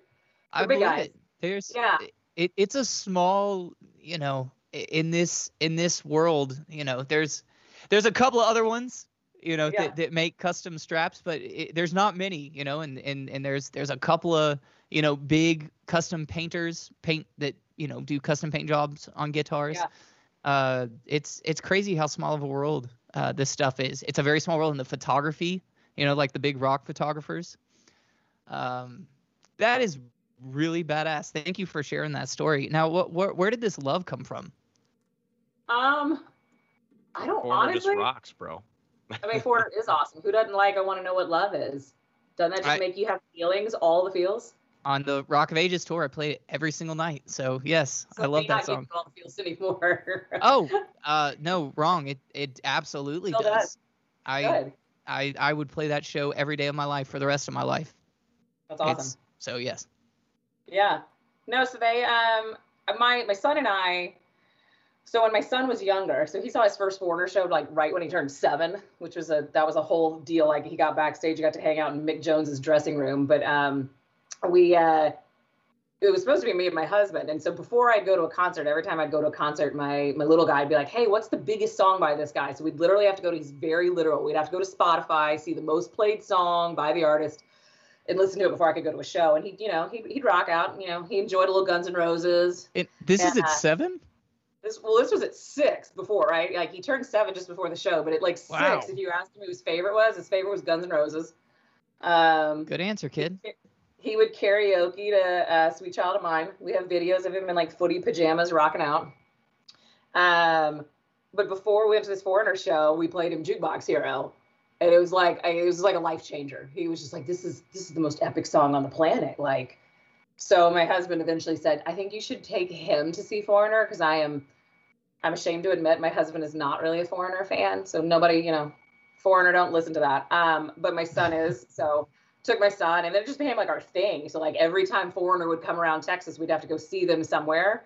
[SPEAKER 1] I
[SPEAKER 4] They're big
[SPEAKER 1] believe
[SPEAKER 4] guys.
[SPEAKER 1] it. There's
[SPEAKER 4] Yeah.
[SPEAKER 1] It, it's a small, you know, i- in this in this world, you know, there's there's a couple of other ones, you know,
[SPEAKER 4] Yeah.
[SPEAKER 1] that, that make custom straps, but it, there's not many, you know, and and and there's there's a couple of you know big custom painters paint that you know do custom paint jobs on guitars.
[SPEAKER 4] Yeah.
[SPEAKER 1] Uh, it's it's crazy how small of a world uh, this stuff is. It's a very small world in the photography, you know, like the big rock photographers. Um, that is really badass. Thank you for sharing that story. Now, what where where did this love come from?
[SPEAKER 4] Um, I don't
[SPEAKER 2] Foreigner
[SPEAKER 4] honestly.
[SPEAKER 2] just rocks, bro.
[SPEAKER 4] I mean, Foreigner is awesome. Who doesn't like? I want to know what love is. Doesn't that just
[SPEAKER 1] I-
[SPEAKER 4] make you have feelings? All the feels.
[SPEAKER 1] On the Rock of Ages tour, I played it every single night. So yes,
[SPEAKER 4] So
[SPEAKER 1] I
[SPEAKER 4] it
[SPEAKER 1] love
[SPEAKER 4] may
[SPEAKER 1] that
[SPEAKER 4] not give
[SPEAKER 1] song.
[SPEAKER 4] you all the feels anymore.
[SPEAKER 1] Oh, uh, no, wrong. It it absolutely
[SPEAKER 4] Still
[SPEAKER 1] does.
[SPEAKER 4] does.
[SPEAKER 1] I
[SPEAKER 4] Good.
[SPEAKER 1] I I would play that show every day of my life for the rest of my life.
[SPEAKER 4] That's awesome.
[SPEAKER 1] It's, so yes.
[SPEAKER 4] Yeah. No, so they um my my son and I so when my son was younger, so he saw his first Warner show like right when he turned seven, which was a that was a whole deal. Like he got backstage, he got to hang out in Mick Jones's dressing room. But um we uh it was supposed to be me and my husband. And so before I'd go to a concert, every time I'd go to a concert, my my little guy would be like, Hey, what's the biggest song by this guy? So we'd literally have to go to he's very literal. We'd have to go to Spotify, see the most played song by the artist and listen to it before I could go to a show. And he, you know, he'd, he'd rock out. You know, he enjoyed a little Guns N' Roses.
[SPEAKER 1] It, this is
[SPEAKER 4] Yeah.
[SPEAKER 1] at seven.
[SPEAKER 4] This well, this was at six before, right? Like he turned seven just before the show, but at like
[SPEAKER 2] Wow.
[SPEAKER 4] six, if you asked him who his favorite was, his favorite was Guns N' Roses. Um,
[SPEAKER 1] Good answer, kid.
[SPEAKER 4] he would karaoke to uh, "Sweet Child of Mine." We have videos of him in like footy pajamas rocking out. Um, but before we went to this foreigner show, we played him Jukebox Hero, and it was like it was like a life changer. He was just like, "This is this is the most epic song on the planet." Like, so my husband eventually said, "I think you should take him to see Foreigner because I am, I'm ashamed to admit my husband is not really a Foreigner fan. So nobody, you know, Foreigner don't listen to that. Um, but my son is. So took my son, and then it just became like our thing. So like every time Foreigner would come around Texas, we'd have to go see them somewhere,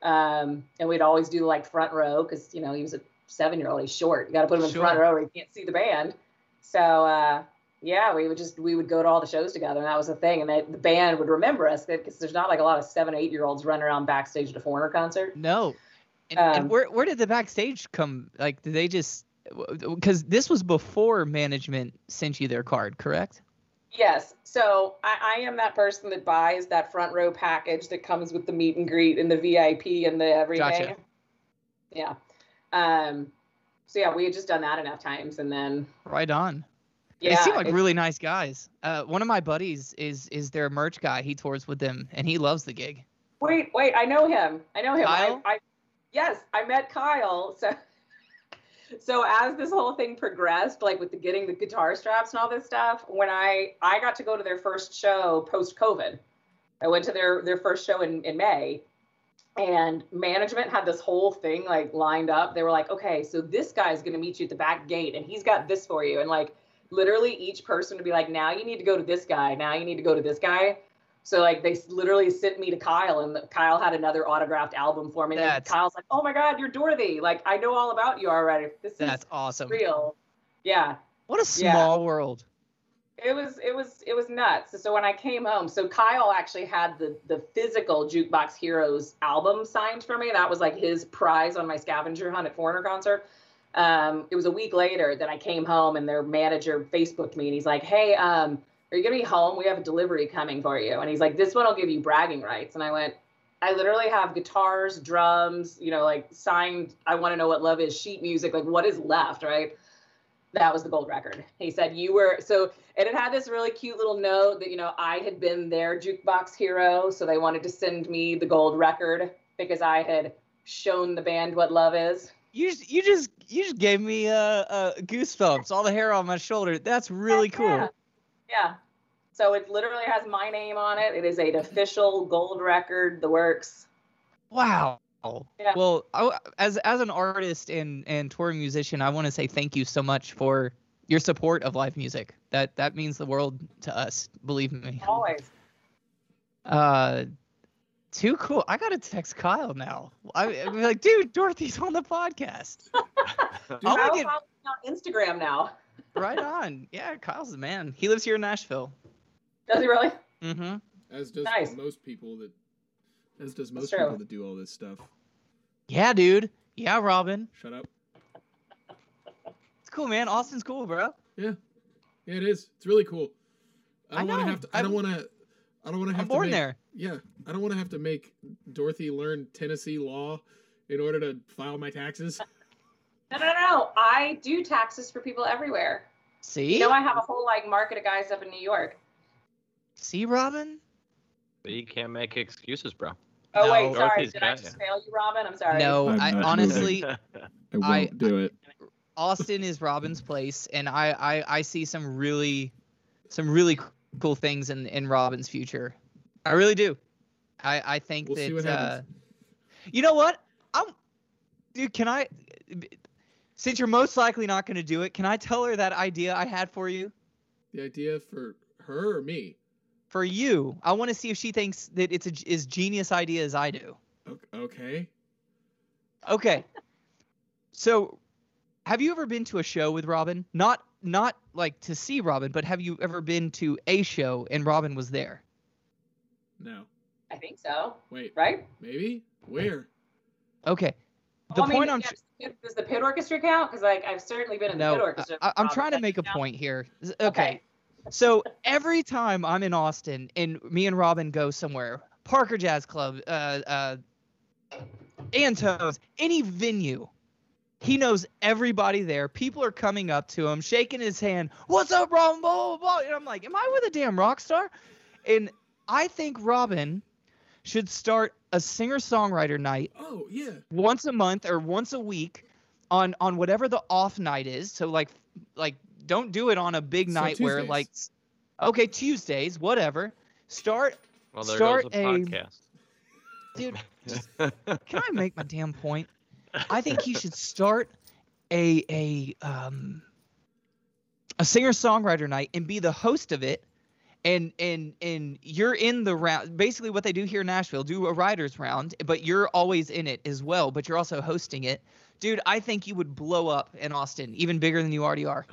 [SPEAKER 4] um, and we'd always do like front row because you know he was a seven year old, he's short. You got to put him in
[SPEAKER 1] Sure.
[SPEAKER 4] front row or he can't see the band. So uh, yeah, we would just we would go to all the shows together, and that was the thing. And they, the band would remember us because there's not like a lot of seven, eight year olds running around backstage at a foreigner concert.
[SPEAKER 1] No. And,
[SPEAKER 4] Um,
[SPEAKER 1] and where where did the backstage come? Like, did they just? Because this was before management sent you their card, correct?
[SPEAKER 4] Yes, so I, I am that person that buys that front row package that comes with the meet and greet and the VIP and the everything.
[SPEAKER 1] Gotcha.
[SPEAKER 4] Yeah. Um. So yeah, we had just done that enough times, and then
[SPEAKER 1] Right on.
[SPEAKER 4] yeah,
[SPEAKER 1] they seem like
[SPEAKER 4] it-
[SPEAKER 1] really nice guys. Uh, one of my buddies is is their merch guy. He tours with them, and he loves the gig.
[SPEAKER 4] Wait, wait, I know him. I know him.
[SPEAKER 1] Kyle?
[SPEAKER 4] I, I yes, I met Kyle. So so as this whole thing progressed, like with the getting the guitar straps and all this stuff, when I I got to go to their first show post COVID. I went to their their first show in, in May and management had this whole thing like lined up. They were like, okay, so this guy's gonna meet you at the back gate and he's got this for you. And like literally each person to be like, now you need to go to this guy, now you need to go to this guy. So like they s- literally sent me to Kyle, and Kyle had another autographed album for me. And
[SPEAKER 1] That's-
[SPEAKER 4] Kyle's like, "Oh my God, you're Dorothy! Like I know all about you already. This
[SPEAKER 1] That's
[SPEAKER 4] is
[SPEAKER 1] awesome.
[SPEAKER 4] real." Yeah,
[SPEAKER 1] What a
[SPEAKER 4] Yeah.
[SPEAKER 1] small world.
[SPEAKER 4] it was it was it was nuts. So when I came home, so Kyle actually had the the physical Jukebox Heroes album signed for me. That was like his prize on my scavenger hunt at Foreigner concert. Um, it was a week later that I came home and their manager Facebooked me and he's like, "Hey, um, are you gonna be home? We have a delivery coming for you." And he's like, "This one will give you bragging rights." And I went, "I literally have guitars, drums, you know, like signed. I want to know what love is, sheet music, like what is left, right?" That was the gold record. He said, "You were so." and it had this really cute little note that you know I had been their jukebox hero, so they wanted to send me the gold record because I had shown the band what love is.
[SPEAKER 1] You just, you just you just gave me uh, uh goosebumps. All the hair on my shoulder. That's really cool.
[SPEAKER 4] Yeah. Yeah. So it literally has my name on it. It is an official gold record, the works.
[SPEAKER 1] Wow.
[SPEAKER 4] Yeah.
[SPEAKER 1] Well, I, as as an artist and and touring musician, I want to say thank you so much for your support of live music. That that means the world to us. Believe me.
[SPEAKER 4] Always.
[SPEAKER 1] Uh, too cool. I gotta text Kyle now. I, I'm like, dude, Dorothy's on the podcast.
[SPEAKER 3] Dude,
[SPEAKER 1] I'll
[SPEAKER 4] Kyle
[SPEAKER 1] get-
[SPEAKER 4] follows me on Instagram now.
[SPEAKER 1] Right on. Yeah, Kyle's the man. He lives here in Nashville.
[SPEAKER 4] Does he really?
[SPEAKER 1] Mm-hmm.
[SPEAKER 3] as does
[SPEAKER 4] Nice.
[SPEAKER 3] most people that as does
[SPEAKER 4] That's
[SPEAKER 3] most
[SPEAKER 4] true.
[SPEAKER 3] people that do all this stuff.
[SPEAKER 1] Yeah, dude. Yeah, Robin.
[SPEAKER 3] Shut up.
[SPEAKER 1] It's cool, man. Austin's cool, bro.
[SPEAKER 3] Yeah, it is. It's really cool. I
[SPEAKER 1] I
[SPEAKER 3] don't want
[SPEAKER 1] know.
[SPEAKER 3] to have to. I don't
[SPEAKER 1] I'm-
[SPEAKER 3] want to. I don't want to have
[SPEAKER 1] I'm
[SPEAKER 3] to.
[SPEAKER 1] born
[SPEAKER 3] make-
[SPEAKER 1] there.
[SPEAKER 3] Yeah, I don't want to have to make Dorothy learn Tennessee law in order to file my taxes.
[SPEAKER 4] No, no, no, no. I do taxes for people everywhere.
[SPEAKER 1] See?
[SPEAKER 4] You know, I have a whole like market of guys up in New York.
[SPEAKER 1] See, Robin?
[SPEAKER 2] You can't make excuses, bro.
[SPEAKER 4] Oh
[SPEAKER 1] No.
[SPEAKER 4] wait, sorry.
[SPEAKER 2] Dorothy's
[SPEAKER 4] Did
[SPEAKER 2] got
[SPEAKER 4] I
[SPEAKER 2] ya.
[SPEAKER 4] just fail you, Robin? I'm sorry.
[SPEAKER 1] No,
[SPEAKER 3] I'm
[SPEAKER 1] I
[SPEAKER 3] not
[SPEAKER 1] honestly, I- won't
[SPEAKER 3] do it.
[SPEAKER 1] Austin is Robin's place, and I, I I see some really, some really cool things in in Robin's future. I really do. I I think
[SPEAKER 3] We'll
[SPEAKER 1] that.
[SPEAKER 3] see what
[SPEAKER 1] uh,
[SPEAKER 3] happens.
[SPEAKER 1] you know what? I'm, dude. Can I? Since you're most likely not going to do it, can I tell her that idea I had for you?
[SPEAKER 3] The idea for her or me?
[SPEAKER 1] For you, I want to see if she thinks that it's a g- as genius idea as I do.
[SPEAKER 3] O- Okay.
[SPEAKER 1] Okay. So, have you ever been to a show with Robin? Not not like to see Robin, but have you ever been to a show and Robin was there?
[SPEAKER 3] No.
[SPEAKER 4] I think so.
[SPEAKER 3] Wait.
[SPEAKER 4] Right?
[SPEAKER 3] Maybe. Where?
[SPEAKER 1] Okay. The
[SPEAKER 4] Well, Oh, I mean,
[SPEAKER 1] point I'm
[SPEAKER 4] yeah,
[SPEAKER 1] tr-
[SPEAKER 4] does- does the pit orchestra count? Because like I've certainly been in the
[SPEAKER 1] no,
[SPEAKER 4] pit orchestra.
[SPEAKER 1] I, am
[SPEAKER 4] Rob,
[SPEAKER 1] trying
[SPEAKER 4] does
[SPEAKER 1] to
[SPEAKER 4] that
[SPEAKER 1] make a
[SPEAKER 4] count?
[SPEAKER 1] point here. Z- Okay. so every time I'm in Austin and me and Robin go somewhere, Parker Jazz Club, uh, uh, Anto's, any venue, he knows everybody there. People are coming up to him, shaking his hand. What's up, Robin? Blah blah blah. And I'm like, am I with a damn rock star? And I think Robin should start a singer-songwriter night
[SPEAKER 3] Oh yeah.
[SPEAKER 1] once a month or once a week on on whatever the off night is. So like like don't do it on a big
[SPEAKER 3] So
[SPEAKER 1] night where
[SPEAKER 3] Tuesdays.
[SPEAKER 1] like okay Tuesdays whatever. Start
[SPEAKER 2] Well, there
[SPEAKER 1] Start
[SPEAKER 2] goes
[SPEAKER 1] a-
[SPEAKER 2] the
[SPEAKER 1] dude.
[SPEAKER 2] podcast.
[SPEAKER 1] Can I make my damn point? I think he should start a a um a singer songwriter night and be the host of it. And and and you're in the round. Basically, what they do here in Nashville, do a writers round, but you're always in it as well. But you're also hosting it, dude. I think you would blow up in Austin, even bigger than you already are.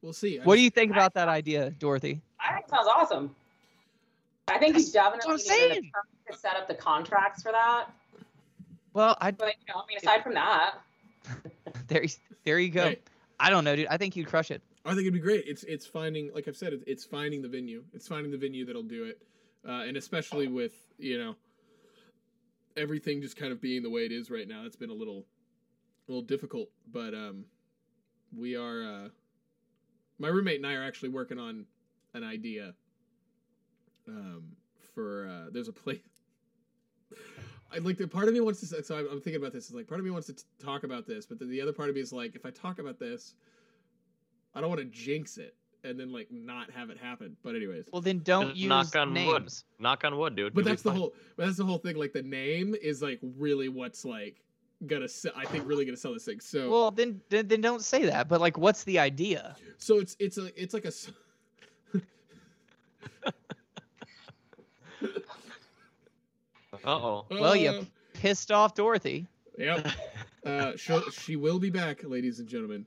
[SPEAKER 3] We'll see. I
[SPEAKER 1] What do
[SPEAKER 3] just-
[SPEAKER 1] you think about that idea, Dorothy?
[SPEAKER 4] I think it sounds awesome. I think he's
[SPEAKER 1] what
[SPEAKER 4] definitely
[SPEAKER 1] I'm
[SPEAKER 4] needed an
[SPEAKER 1] saying.
[SPEAKER 4] attorney to set up the contracts for that.
[SPEAKER 1] Well, I
[SPEAKER 4] But you know, I mean, aside from that,
[SPEAKER 1] there there you go.
[SPEAKER 3] Hey,
[SPEAKER 1] I don't know, dude. I think you'd crush it.
[SPEAKER 3] I think it'd be great. It's it's finding, like I've said, it, it's finding the venue. It's finding the venue that'll do it, uh, and especially with you know everything just kind of being the way it is right now. It's been a little, a little difficult, but um, we are. Uh, my roommate and I are actually working on an idea. Um, for uh, there's a place. I like the part of me wants to. So I'm, I'm thinking about this. It's like part of me wants to t- talk about this, but then the other part of me is like, if I talk about this, I don't want to jinx it and then like not have it happen. But anyways,
[SPEAKER 1] Well, then don't
[SPEAKER 2] Just
[SPEAKER 1] use
[SPEAKER 2] knock on wood.
[SPEAKER 1] names.
[SPEAKER 2] Knock on wood, dude.
[SPEAKER 3] but
[SPEAKER 2] You'll be
[SPEAKER 3] that's the
[SPEAKER 2] fine.
[SPEAKER 3] whole. But that's the whole thing. Like the name is like really what's like gonna. se- I think really gonna sell this thing. So
[SPEAKER 1] Well, then, then then don't say that. But like, what's the idea?
[SPEAKER 3] so it's it's a it's like a. s-
[SPEAKER 2] Uh-oh.
[SPEAKER 1] Well, you-
[SPEAKER 3] Uh,
[SPEAKER 1] Pissed off Dorothy.
[SPEAKER 3] Yep. Uh, she she will be back, ladies and gentlemen.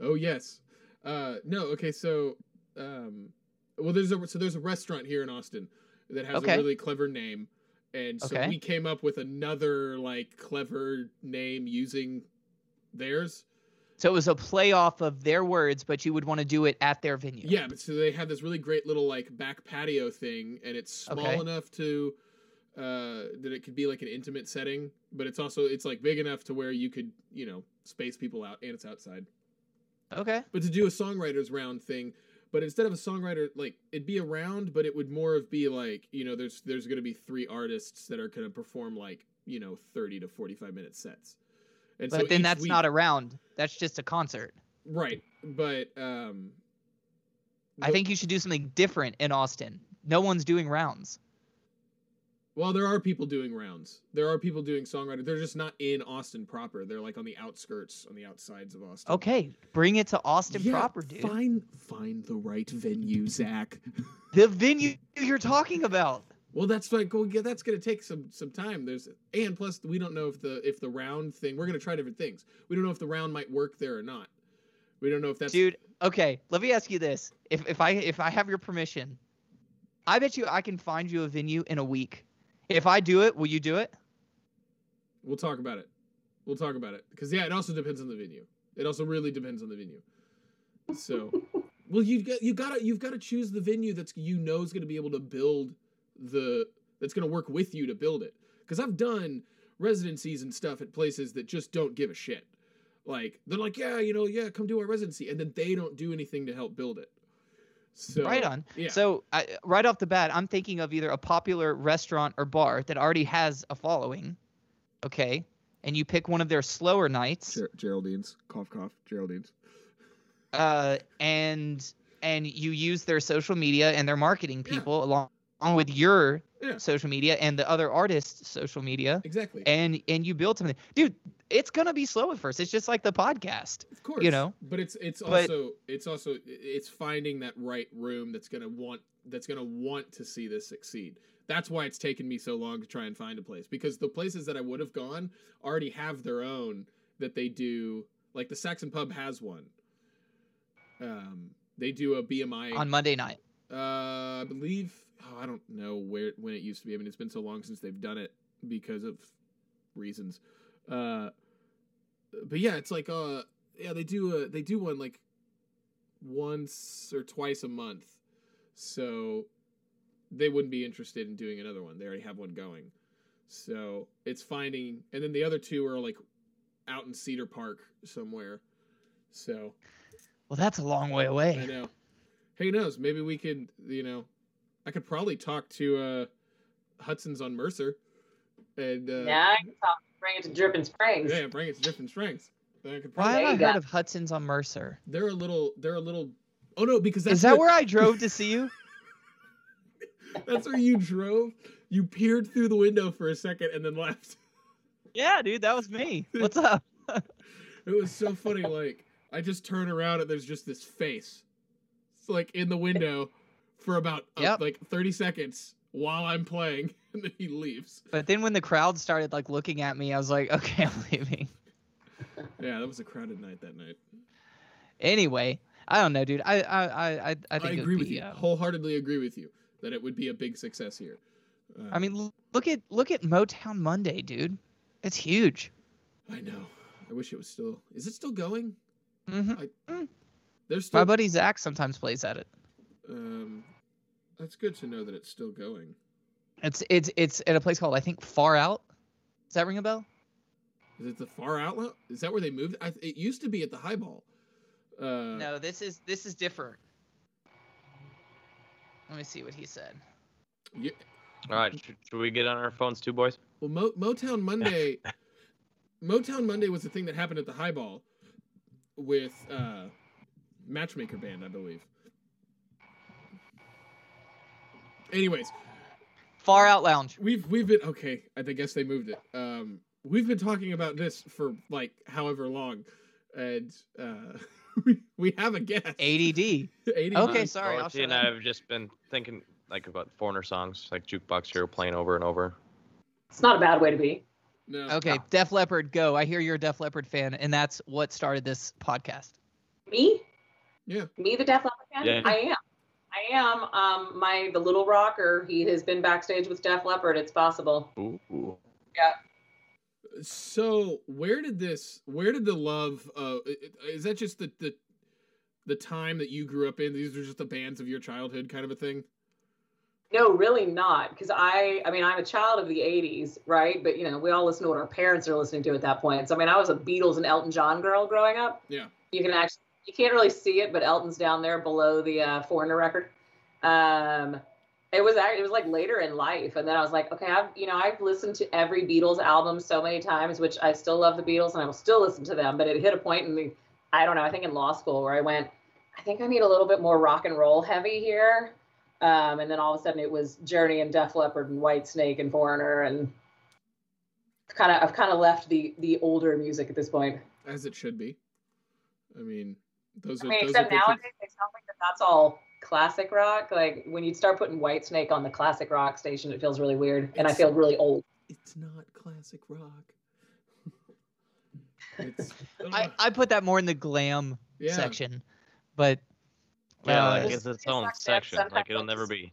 [SPEAKER 3] Oh yes. Uh, no. Okay. So, um, well, there's a so there's a restaurant here in Austin that has
[SPEAKER 1] Okay.
[SPEAKER 3] a really clever name, and so
[SPEAKER 1] Okay.
[SPEAKER 3] we came up with another like clever name using theirs.
[SPEAKER 1] So it was a playoff of their words, but you would want to do it at their venue.
[SPEAKER 3] Yeah. But so they have this really great little like back patio thing, and it's small
[SPEAKER 1] Okay.
[SPEAKER 3] enough to uh that it could be like an intimate setting but it's also it's like big enough to where you could you know space people out and it's outside
[SPEAKER 1] Okay.
[SPEAKER 3] but to do a songwriters round thing but instead of a songwriter like it'd be a round but it would more of be like you know there's there's going to be three artists that are going to perform like you know 30 to 45 minute sets and
[SPEAKER 1] but then
[SPEAKER 3] each
[SPEAKER 1] that's
[SPEAKER 3] week-
[SPEAKER 1] not a round. That's just a concert.
[SPEAKER 3] right but um
[SPEAKER 1] I
[SPEAKER 3] the-
[SPEAKER 1] think you should do something different in Austin. No one's doing rounds.
[SPEAKER 3] well there are people doing rounds there are people doing songwriter they're just not in austin proper they're like on the outskirts on the outsides of austin
[SPEAKER 1] Okay, bring it to Oh, Austin
[SPEAKER 3] Yeah,
[SPEAKER 1] proper, dude.
[SPEAKER 3] find find the right venue zach
[SPEAKER 1] The venue you're talking about.
[SPEAKER 3] Well, that's like well, yeah, that's gonna take some some time. There's and plus we don't know if the if the round thing we're gonna try different things. We don't know if the round might work there or not. We don't know if that's
[SPEAKER 1] Dude, okay, let me ask you this. If if I if I have your permission, I bet you I can find you a venue in a week. If I do it, will you do it?
[SPEAKER 3] We'll talk about it. We'll talk about it because yeah, it also depends on the venue. It also really depends on the venue. So, well, you got you gotta you've got to choose the venue that's you know is gonna be able to build the that's gonna work with you to build it. Because I've done residencies and stuff at places that just don't give a shit. Like they're like, yeah, you know, yeah, come do our residency, and then they don't do anything to help build it. So
[SPEAKER 1] Right on.
[SPEAKER 3] Yeah.
[SPEAKER 1] So I, right off the bat, I'm thinking of either a popular restaurant or bar that already has a following, okay, and you pick one of their slower nights,
[SPEAKER 3] Ger- Geraldine's cough cough Geraldine's.
[SPEAKER 1] uh, and and you use their social media and their marketing
[SPEAKER 3] Yeah.
[SPEAKER 1] people along along with your
[SPEAKER 3] Yeah.
[SPEAKER 1] social media and the other artists' social media,
[SPEAKER 3] Exactly.
[SPEAKER 1] and and you build something, dude. It's gonna be slow at first. It's just like the podcast.
[SPEAKER 3] Of course.
[SPEAKER 1] you know?
[SPEAKER 3] But it's it's
[SPEAKER 1] But-
[SPEAKER 3] also it's also it's finding that right room that's gonna want that's gonna want to see this succeed. That's why it's taken me so long to try and find a place because the places that I would have gone already have their own that they do. Like the Saxon Pub has one. Um, they do a BMI
[SPEAKER 1] On Monday night,
[SPEAKER 3] uh, I believe oh, I don't know where when it used to be. I mean, it's been so long since they've done it because of reasons. Uh, but yeah, it's like uh, yeah, they do a they do one like once or twice a month, so they wouldn't be interested in doing another one. They already have one going, so it's finding. And then the other two are like out in Cedar Park somewhere. So
[SPEAKER 1] well, that's a long way away.
[SPEAKER 3] I know. Who knows? Maybe we could, you know, I could probably talk to. uh Hudson's on Mercer, and uh,
[SPEAKER 4] yeah, I can talk, bring it to Dripping Springs.
[SPEAKER 3] yeah, bring it to different strengths. Then I could
[SPEAKER 1] Why
[SPEAKER 3] probably,
[SPEAKER 1] have
[SPEAKER 4] There
[SPEAKER 1] I
[SPEAKER 4] you go.
[SPEAKER 1] heard of Hudson's on Mercer?
[SPEAKER 3] They're a little. They're a little. Oh no, because that's
[SPEAKER 1] Is that
[SPEAKER 3] where-
[SPEAKER 1] where I drove to see you?
[SPEAKER 3] that's where you drove. You peered through the window for a second and then left.
[SPEAKER 1] Yeah, dude, that was me. What's up?
[SPEAKER 3] It was so funny. Like I just turn around and there's just this face, it's like in the window, for about uh,
[SPEAKER 1] Yep.
[SPEAKER 3] like thirty seconds while I'm playing, and then he leaves.
[SPEAKER 1] But then when the crowd started like looking at me, I was like, okay, I'm leaving.
[SPEAKER 3] Yeah, that was a crowded night that night.
[SPEAKER 1] Anyway, I don't know, dude. I I I I, I
[SPEAKER 3] I,
[SPEAKER 1] think it would
[SPEAKER 3] agree with
[SPEAKER 1] be,
[SPEAKER 3] you.
[SPEAKER 1] uh,
[SPEAKER 3] Wholeheartedly agree with you that it would be a big success here. Uh,
[SPEAKER 1] I mean, l- look at look at Motown Monday, dude. It's huge.
[SPEAKER 3] I know. I wish it was still. Is it still going? Mm-hmm.
[SPEAKER 1] hmm
[SPEAKER 3] There's still.
[SPEAKER 1] My buddy Zach sometimes plays at it.
[SPEAKER 3] um, that's good to know that it's still going.
[SPEAKER 1] It's it's it's at a place called I think Far Out. Does that ring a bell?
[SPEAKER 3] Is it the far outlet? Is that where they moved? I, it used to be at the highball. Uh,
[SPEAKER 1] No, this is this is different. Let me see what he said.
[SPEAKER 3] you-
[SPEAKER 2] All right, should, should we get on our phones too, boys?
[SPEAKER 3] well, Mo- Motown Monday. Motown Monday was the thing that happened at the highball with uh, Matchmaker Band, I believe. Anyways,
[SPEAKER 1] Far Out Lounge.
[SPEAKER 3] We've we've been okay. I th- guess they moved it. Um, we've been talking about this for like however long, and uh, we we have a guest.
[SPEAKER 1] ADD.
[SPEAKER 3] 80
[SPEAKER 1] Okay,
[SPEAKER 3] bucks.
[SPEAKER 1] sorry. I'll
[SPEAKER 2] Dorothy
[SPEAKER 1] shut
[SPEAKER 2] Um, and
[SPEAKER 1] up.
[SPEAKER 2] I have just been thinking like about foreigner songs, like jukebox hero playing over and over.
[SPEAKER 4] It's not a bad way to be.
[SPEAKER 3] No.
[SPEAKER 1] Okay, Def Leppard, go. I hear you're a Def Leppard fan, and that's what started this podcast.
[SPEAKER 4] Me?
[SPEAKER 3] Yeah.
[SPEAKER 4] Me, the Def Leppard fan?
[SPEAKER 2] Yeah.
[SPEAKER 4] I am. I am. Um, my the little rocker. He has been backstage with Def Leppard. It's possible.
[SPEAKER 2] Ooh.
[SPEAKER 3] So where did this? Where did the love? Uh, i- i- is that just the the the time that you grew up in? These were just the bands of your childhood, kind of a thing.
[SPEAKER 4] No, really not. Because I, I mean, I'm a child of the '80s, right? But you know, we all listen to what our parents are listening to at that point. So I mean, I was a Beatles and Elton John girl growing up.
[SPEAKER 3] Yeah.
[SPEAKER 4] You can actually, you can't really see it, but Elton's down there below the uh, Foreigner record. Um, it was act- it was like later in life, and then I was like, okay, I've you know I've listened to every Beatles album so many times, which I still love the Beatles and I will still listen to them. But it hit a point in the, I don't know, I think in law school where I went, I think I need a little bit more rock and roll heavy here. Um, and then all of a sudden it was Journey and Def Leppard and White Snake and Foreigner and kind of I've kind of left the the older music at this point.
[SPEAKER 3] As it should be. I mean, those
[SPEAKER 4] I
[SPEAKER 3] are
[SPEAKER 4] mean,
[SPEAKER 3] those
[SPEAKER 4] except
[SPEAKER 3] are good
[SPEAKER 4] nowadays
[SPEAKER 3] things.
[SPEAKER 4] they sound like that that's all classic rock. Like when you start putting White Snake on the classic rock station, it feels really weird, and I
[SPEAKER 3] It's-
[SPEAKER 4] feel really old.
[SPEAKER 3] It's not classic rock. it's,
[SPEAKER 1] I, I put that more in the glam
[SPEAKER 3] yeah.
[SPEAKER 1] section, but
[SPEAKER 2] Yeah,
[SPEAKER 1] Uh,
[SPEAKER 2] like it's its own section. Like it'll never be,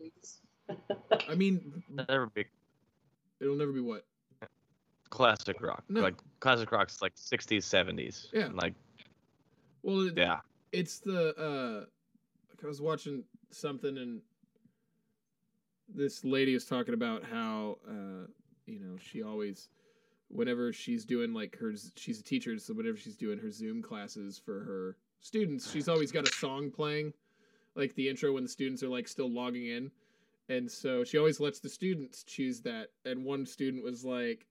[SPEAKER 3] I mean,
[SPEAKER 2] never be
[SPEAKER 3] it'll never be what.
[SPEAKER 2] classic rock.
[SPEAKER 3] No.
[SPEAKER 2] Like classic rock's like 60s, 70s.
[SPEAKER 3] Yeah.
[SPEAKER 2] And, like
[SPEAKER 3] Well, it,
[SPEAKER 2] yeah.
[SPEAKER 3] it's the uh, like I was watching something and this lady is talking about how uh, you know, she always whenever she's doing like her she's a teacher, so whenever she's doing her Zoom classes for her students, she's always got a song playing, like the intro when the students are like still logging in. And so she always lets the students choose that. And one student was like,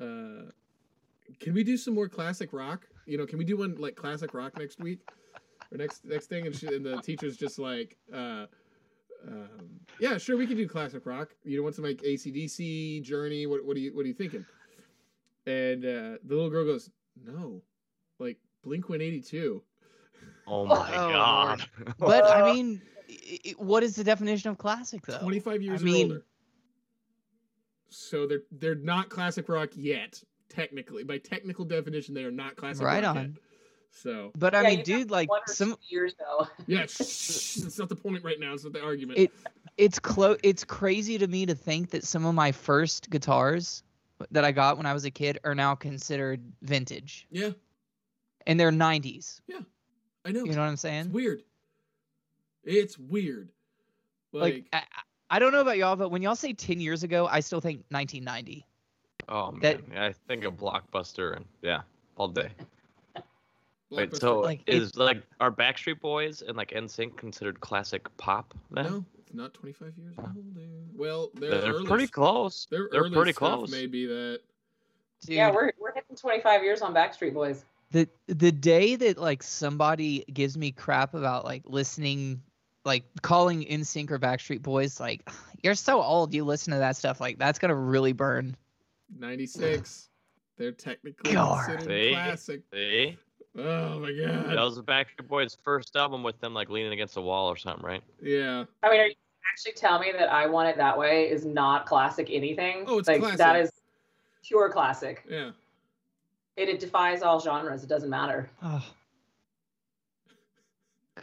[SPEAKER 3] uh, "Can we do some more classic rock? You know, can we do one like classic rock next week or next next thing?" And, she, and the teacher's just like, uh, um, "Yeah, sure, we can do classic rock. You know, want some like ACDC, Journey? What what are you what are you thinking?" And uh, the little girl goes, "No, like Blink One Eighty Two.
[SPEAKER 2] Oh my
[SPEAKER 1] Oh,
[SPEAKER 2] god.
[SPEAKER 1] but I mean, i i what is the definition of classic though?
[SPEAKER 3] 25 years
[SPEAKER 1] I mean-
[SPEAKER 3] or older. So they're they're not classic rock yet, technically. By technical definition, they are not classic
[SPEAKER 1] Right on.
[SPEAKER 3] rock yet. So
[SPEAKER 1] But I
[SPEAKER 4] Yeah,
[SPEAKER 1] mean,
[SPEAKER 4] you'd have
[SPEAKER 1] dude, like
[SPEAKER 4] One or
[SPEAKER 1] some
[SPEAKER 4] two years though.
[SPEAKER 3] yeah, shh, that's not the point right now. It's not the argument.
[SPEAKER 1] It- it's clo- it's crazy to me to think that some of my first guitars that I got when I was a kid are now considered vintage,
[SPEAKER 3] yeah,
[SPEAKER 1] and they're 90s.
[SPEAKER 3] I know.
[SPEAKER 1] You know what I'm
[SPEAKER 3] it's
[SPEAKER 1] saying?
[SPEAKER 3] weird. It's weird. Like,
[SPEAKER 1] Like, I, I I don't know about y'all, but when y'all say 10 years ago, I still think 1990.
[SPEAKER 2] oh man.
[SPEAKER 1] that-
[SPEAKER 2] Yeah, I think a blockbuster and yeah, all day. Wait,
[SPEAKER 3] Blockbuster-
[SPEAKER 2] so
[SPEAKER 1] Like, it-
[SPEAKER 2] is like are Backstreet Boys and like NSYNC considered classic pop then?
[SPEAKER 3] no, not 25 years old. eh? Well, their
[SPEAKER 2] They're
[SPEAKER 3] early,
[SPEAKER 2] pretty close.
[SPEAKER 3] Their
[SPEAKER 2] They're
[SPEAKER 3] early
[SPEAKER 2] pretty
[SPEAKER 3] stuff
[SPEAKER 2] close.
[SPEAKER 3] May be that.
[SPEAKER 1] Dude,
[SPEAKER 4] Yeah, we're we're hitting 25 years on Backstreet Boys.
[SPEAKER 1] the the day that like somebody gives me crap about like listening like calling in sync or backstreet boys like you're so old you listen to that stuff like that's gonna really burn
[SPEAKER 3] 96. They're technically
[SPEAKER 1] God.
[SPEAKER 3] considered
[SPEAKER 2] See?
[SPEAKER 3] classic.
[SPEAKER 2] See,
[SPEAKER 3] Oh my
[SPEAKER 2] that
[SPEAKER 3] god.
[SPEAKER 2] was the Backstreet Boys' first album with them like leaning against a wall or something, right?
[SPEAKER 3] Yeah.
[SPEAKER 4] I mean, are you actually tell me that I want it that way is not classic anything.
[SPEAKER 3] Oh, it's
[SPEAKER 4] like that
[SPEAKER 3] classic.
[SPEAKER 4] is pure classic.
[SPEAKER 3] Yeah.
[SPEAKER 4] It, it defies all genres. It doesn't matter.
[SPEAKER 1] oh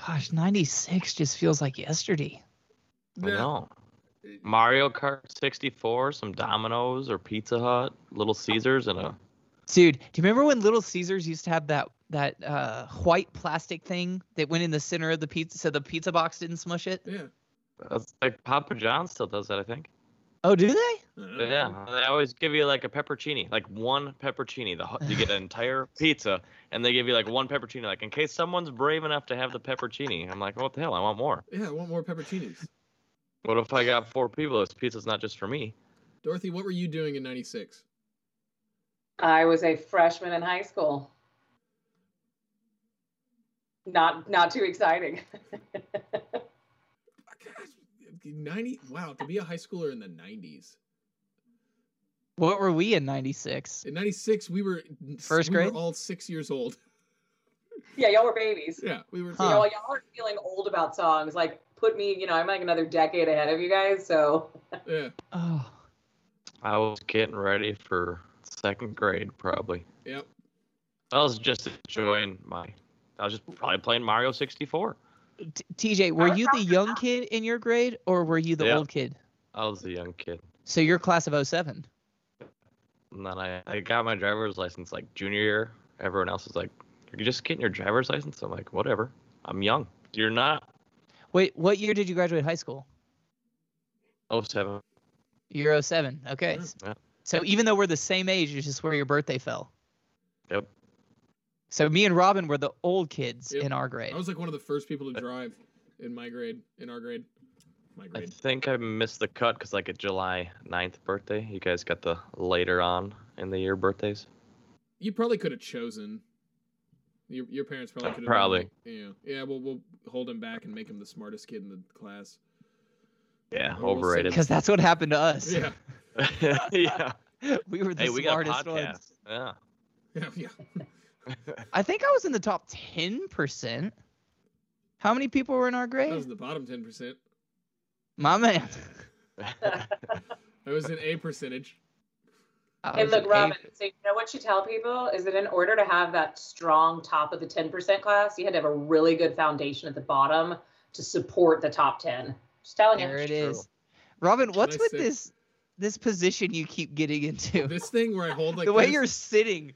[SPEAKER 1] gosh 96 just feels like yesterday
[SPEAKER 2] I know. Mario Kart 64, some Domino's or Pizza Hut, Little Caesars, and a
[SPEAKER 1] dude do you remember when little caesars used to have that that uh white plastic thing that went in the center of the pizza so the pizza box didn't smush it
[SPEAKER 3] Yeah.
[SPEAKER 2] that's like Papa John still does that, I think.
[SPEAKER 1] oh do they
[SPEAKER 3] I don't
[SPEAKER 2] But
[SPEAKER 3] know.
[SPEAKER 2] yeah, they always give you like a peppercini, like one peppercini. The hu- you get an entire pizza, and they give you like one peppercini, like in case someone's brave enough to have the peppercini. I'm like, what the hell? I want more.
[SPEAKER 3] Yeah, I want more pepperoncinis.
[SPEAKER 2] What if I got four people? This pizza's not just for me.
[SPEAKER 3] Dorothy, what were you doing in 96?
[SPEAKER 4] I was a freshman in high school. Not not too exciting.
[SPEAKER 3] Gosh, 90 Wow, to be a high schooler in the 90s.
[SPEAKER 1] what were we in 96
[SPEAKER 3] In 96, we were
[SPEAKER 1] First
[SPEAKER 3] we
[SPEAKER 1] grade?
[SPEAKER 3] were all 6 years old.
[SPEAKER 4] yeah, y'all were babies.
[SPEAKER 3] Yeah, we were
[SPEAKER 1] Huh.
[SPEAKER 4] You know, y'all are feeling old about songs. Like, put me, you know, I'm like another decade ahead of you guys. So,
[SPEAKER 3] Yeah.
[SPEAKER 1] oh
[SPEAKER 2] I was getting ready for second grade, probably.
[SPEAKER 3] Yep.
[SPEAKER 2] I was just enjoying my. I was just probably playing Mario 64.
[SPEAKER 1] T- TJ, were
[SPEAKER 4] was
[SPEAKER 1] you the
[SPEAKER 4] talking
[SPEAKER 1] young kid in your grade or were you the
[SPEAKER 2] Yeah.
[SPEAKER 1] old kid?
[SPEAKER 2] I was a young kid,
[SPEAKER 1] So you're class of 07.
[SPEAKER 2] and then I, I got my driver's license like junior year. Everyone else is like, "You're just getting your driver's license." I'm like, "Whatever. I'm young. You're not."
[SPEAKER 1] Wait, what year did you graduate high school?
[SPEAKER 2] Oh seven.
[SPEAKER 1] You're 07. Okay.
[SPEAKER 3] Mm,
[SPEAKER 2] yeah.
[SPEAKER 1] So even though we're the same age, it's just where your birthday fell.
[SPEAKER 2] Yep.
[SPEAKER 1] So me and Robin were the old kids
[SPEAKER 3] Yep.
[SPEAKER 1] in our grade.
[SPEAKER 3] I was like one of the first people to drive in my grade, in our grade. My
[SPEAKER 2] I
[SPEAKER 3] grade.
[SPEAKER 2] think I missed the cut because like a July 9th birthday. You guys got the later on in the year birthdays.
[SPEAKER 3] You probably could have chosen. Your, your parents probably
[SPEAKER 2] Uh,
[SPEAKER 3] could have
[SPEAKER 2] probably.
[SPEAKER 3] yeah. Yeah, well we'll hold him back and make him the smartest kid in the class.
[SPEAKER 2] Yeah,
[SPEAKER 3] Oh, we'll see.
[SPEAKER 2] overrated.
[SPEAKER 1] Because that's what happened to us.
[SPEAKER 3] Yeah.
[SPEAKER 2] yeah.
[SPEAKER 1] we were the
[SPEAKER 2] Hey, we got a
[SPEAKER 1] smartest
[SPEAKER 2] podcast.
[SPEAKER 1] ones.
[SPEAKER 2] Yeah.
[SPEAKER 3] Yeah, yeah.
[SPEAKER 1] I think I was in the top 10%. How many people were in our
[SPEAKER 3] That was
[SPEAKER 1] grade?
[SPEAKER 3] in the bottom 10%.
[SPEAKER 1] My man.
[SPEAKER 3] That was an A percentage.
[SPEAKER 1] I
[SPEAKER 4] and
[SPEAKER 1] was
[SPEAKER 4] look,
[SPEAKER 1] an A-
[SPEAKER 4] Robin, so you know what you tell people is that in order to have that strong top of the 10% class, you had to have a really good foundation at the bottom to support the top 10. Just telling
[SPEAKER 1] There
[SPEAKER 4] you.
[SPEAKER 1] it
[SPEAKER 2] True.
[SPEAKER 1] is. Robin, what's
[SPEAKER 3] I
[SPEAKER 1] with
[SPEAKER 3] say-
[SPEAKER 1] this this position you keep getting into?
[SPEAKER 3] This thing where I hold like
[SPEAKER 1] the way
[SPEAKER 3] this,
[SPEAKER 1] you're sitting,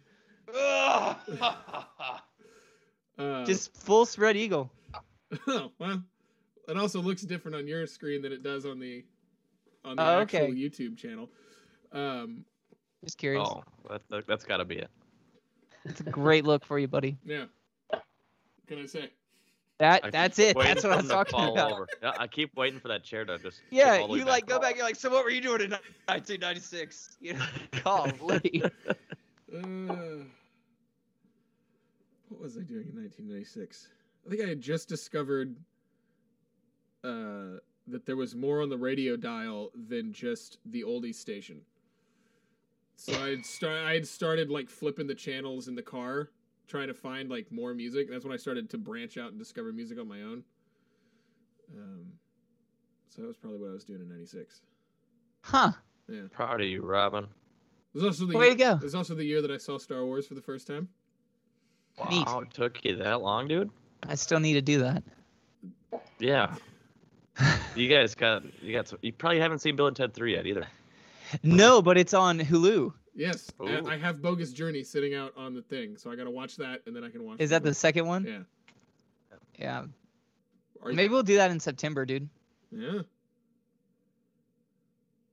[SPEAKER 3] uh,
[SPEAKER 1] just full spread eagle.
[SPEAKER 3] Oh well, it also looks different on your screen than it does on the on the
[SPEAKER 1] Oh,
[SPEAKER 3] actual
[SPEAKER 1] okay.
[SPEAKER 3] YouTube channel. Um,
[SPEAKER 1] Just curious.
[SPEAKER 2] oh, that, that, that's got to be it.
[SPEAKER 1] It's a great look for you, buddy.
[SPEAKER 3] yeah. Can I say?
[SPEAKER 1] That
[SPEAKER 2] I keep
[SPEAKER 1] that's it.
[SPEAKER 2] waiting
[SPEAKER 1] That's what
[SPEAKER 2] for
[SPEAKER 1] I'm
[SPEAKER 2] them to
[SPEAKER 1] talking
[SPEAKER 2] fall
[SPEAKER 1] about.
[SPEAKER 2] over. Yeah, I keep waiting for that chair to just. tip
[SPEAKER 1] Yeah,
[SPEAKER 2] all the way
[SPEAKER 1] you like go
[SPEAKER 2] up.
[SPEAKER 1] back. You're like, so what were you doing in 1996? You know, golly.
[SPEAKER 3] Uh, what was I doing in 1996? I think I had just discovered uh, that there was more on the radio dial than just the oldies station. So I had start I had started like flipping the channels in the car, trying to find like more music. That's when I started to branch out and discover music on my own. Um, so that was probably what I was doing in '96.
[SPEAKER 1] Huh?
[SPEAKER 3] Yeah, it
[SPEAKER 2] Proud of you, Robin.
[SPEAKER 3] was also the
[SPEAKER 1] Way
[SPEAKER 3] year,
[SPEAKER 1] to go.
[SPEAKER 3] It was also the year that I saw Star Wars for the first time.
[SPEAKER 1] Neat.
[SPEAKER 2] Wow, it took you that long, dude?
[SPEAKER 1] I still need to do that.
[SPEAKER 2] Yeah. you guys got you got some, you probably haven't seen Bill and Ted 3 yet either.
[SPEAKER 1] No, but it's on Hulu.
[SPEAKER 3] Yes,
[SPEAKER 2] Ooh.
[SPEAKER 3] I, I have Bogus Journey sitting out on the thing, so I gotta watch that, and then I can watch.
[SPEAKER 1] Is that the second one?
[SPEAKER 3] Yeah.
[SPEAKER 1] Yeah.
[SPEAKER 3] Are you-
[SPEAKER 1] Maybe we'll do that in September, dude.
[SPEAKER 3] Yeah.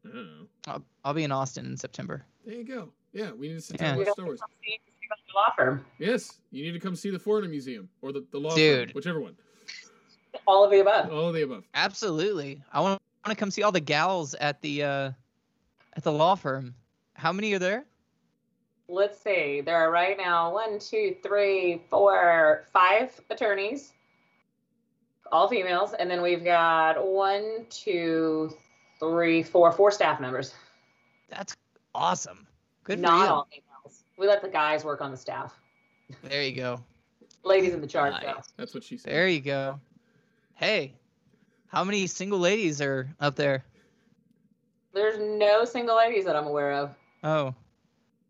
[SPEAKER 3] I don't know.
[SPEAKER 1] I'll, I'll be in Austin in September.
[SPEAKER 3] There you go. Yeah, we need to sit
[SPEAKER 1] Yeah.
[SPEAKER 3] down and
[SPEAKER 4] We
[SPEAKER 3] watch
[SPEAKER 4] don't
[SPEAKER 3] Star Wars.
[SPEAKER 4] See- see about the law firm.
[SPEAKER 3] Yes, you need to come see the Foreigner Museum or the the law
[SPEAKER 1] Dude.
[SPEAKER 3] firm, whichever one.
[SPEAKER 4] All of the above.
[SPEAKER 3] All of the above.
[SPEAKER 1] Absolutely. I want to come see all the gals at the uh, at the law firm. How many are there?
[SPEAKER 4] Let's see. There are right now one, two, three, four, five attorneys, all females, and then we've got one, two, three, four, four staff members.
[SPEAKER 1] That's awesome. Good
[SPEAKER 4] Not
[SPEAKER 1] for you.
[SPEAKER 4] all females. We let the guys work on the staff.
[SPEAKER 1] There you go.
[SPEAKER 4] Ladies in the charge. though.
[SPEAKER 1] Nice.
[SPEAKER 3] That's what she said.
[SPEAKER 1] There you go. Hey, how many single ladies are up there?
[SPEAKER 4] There's no single ladies that I'm aware of.
[SPEAKER 1] Oh,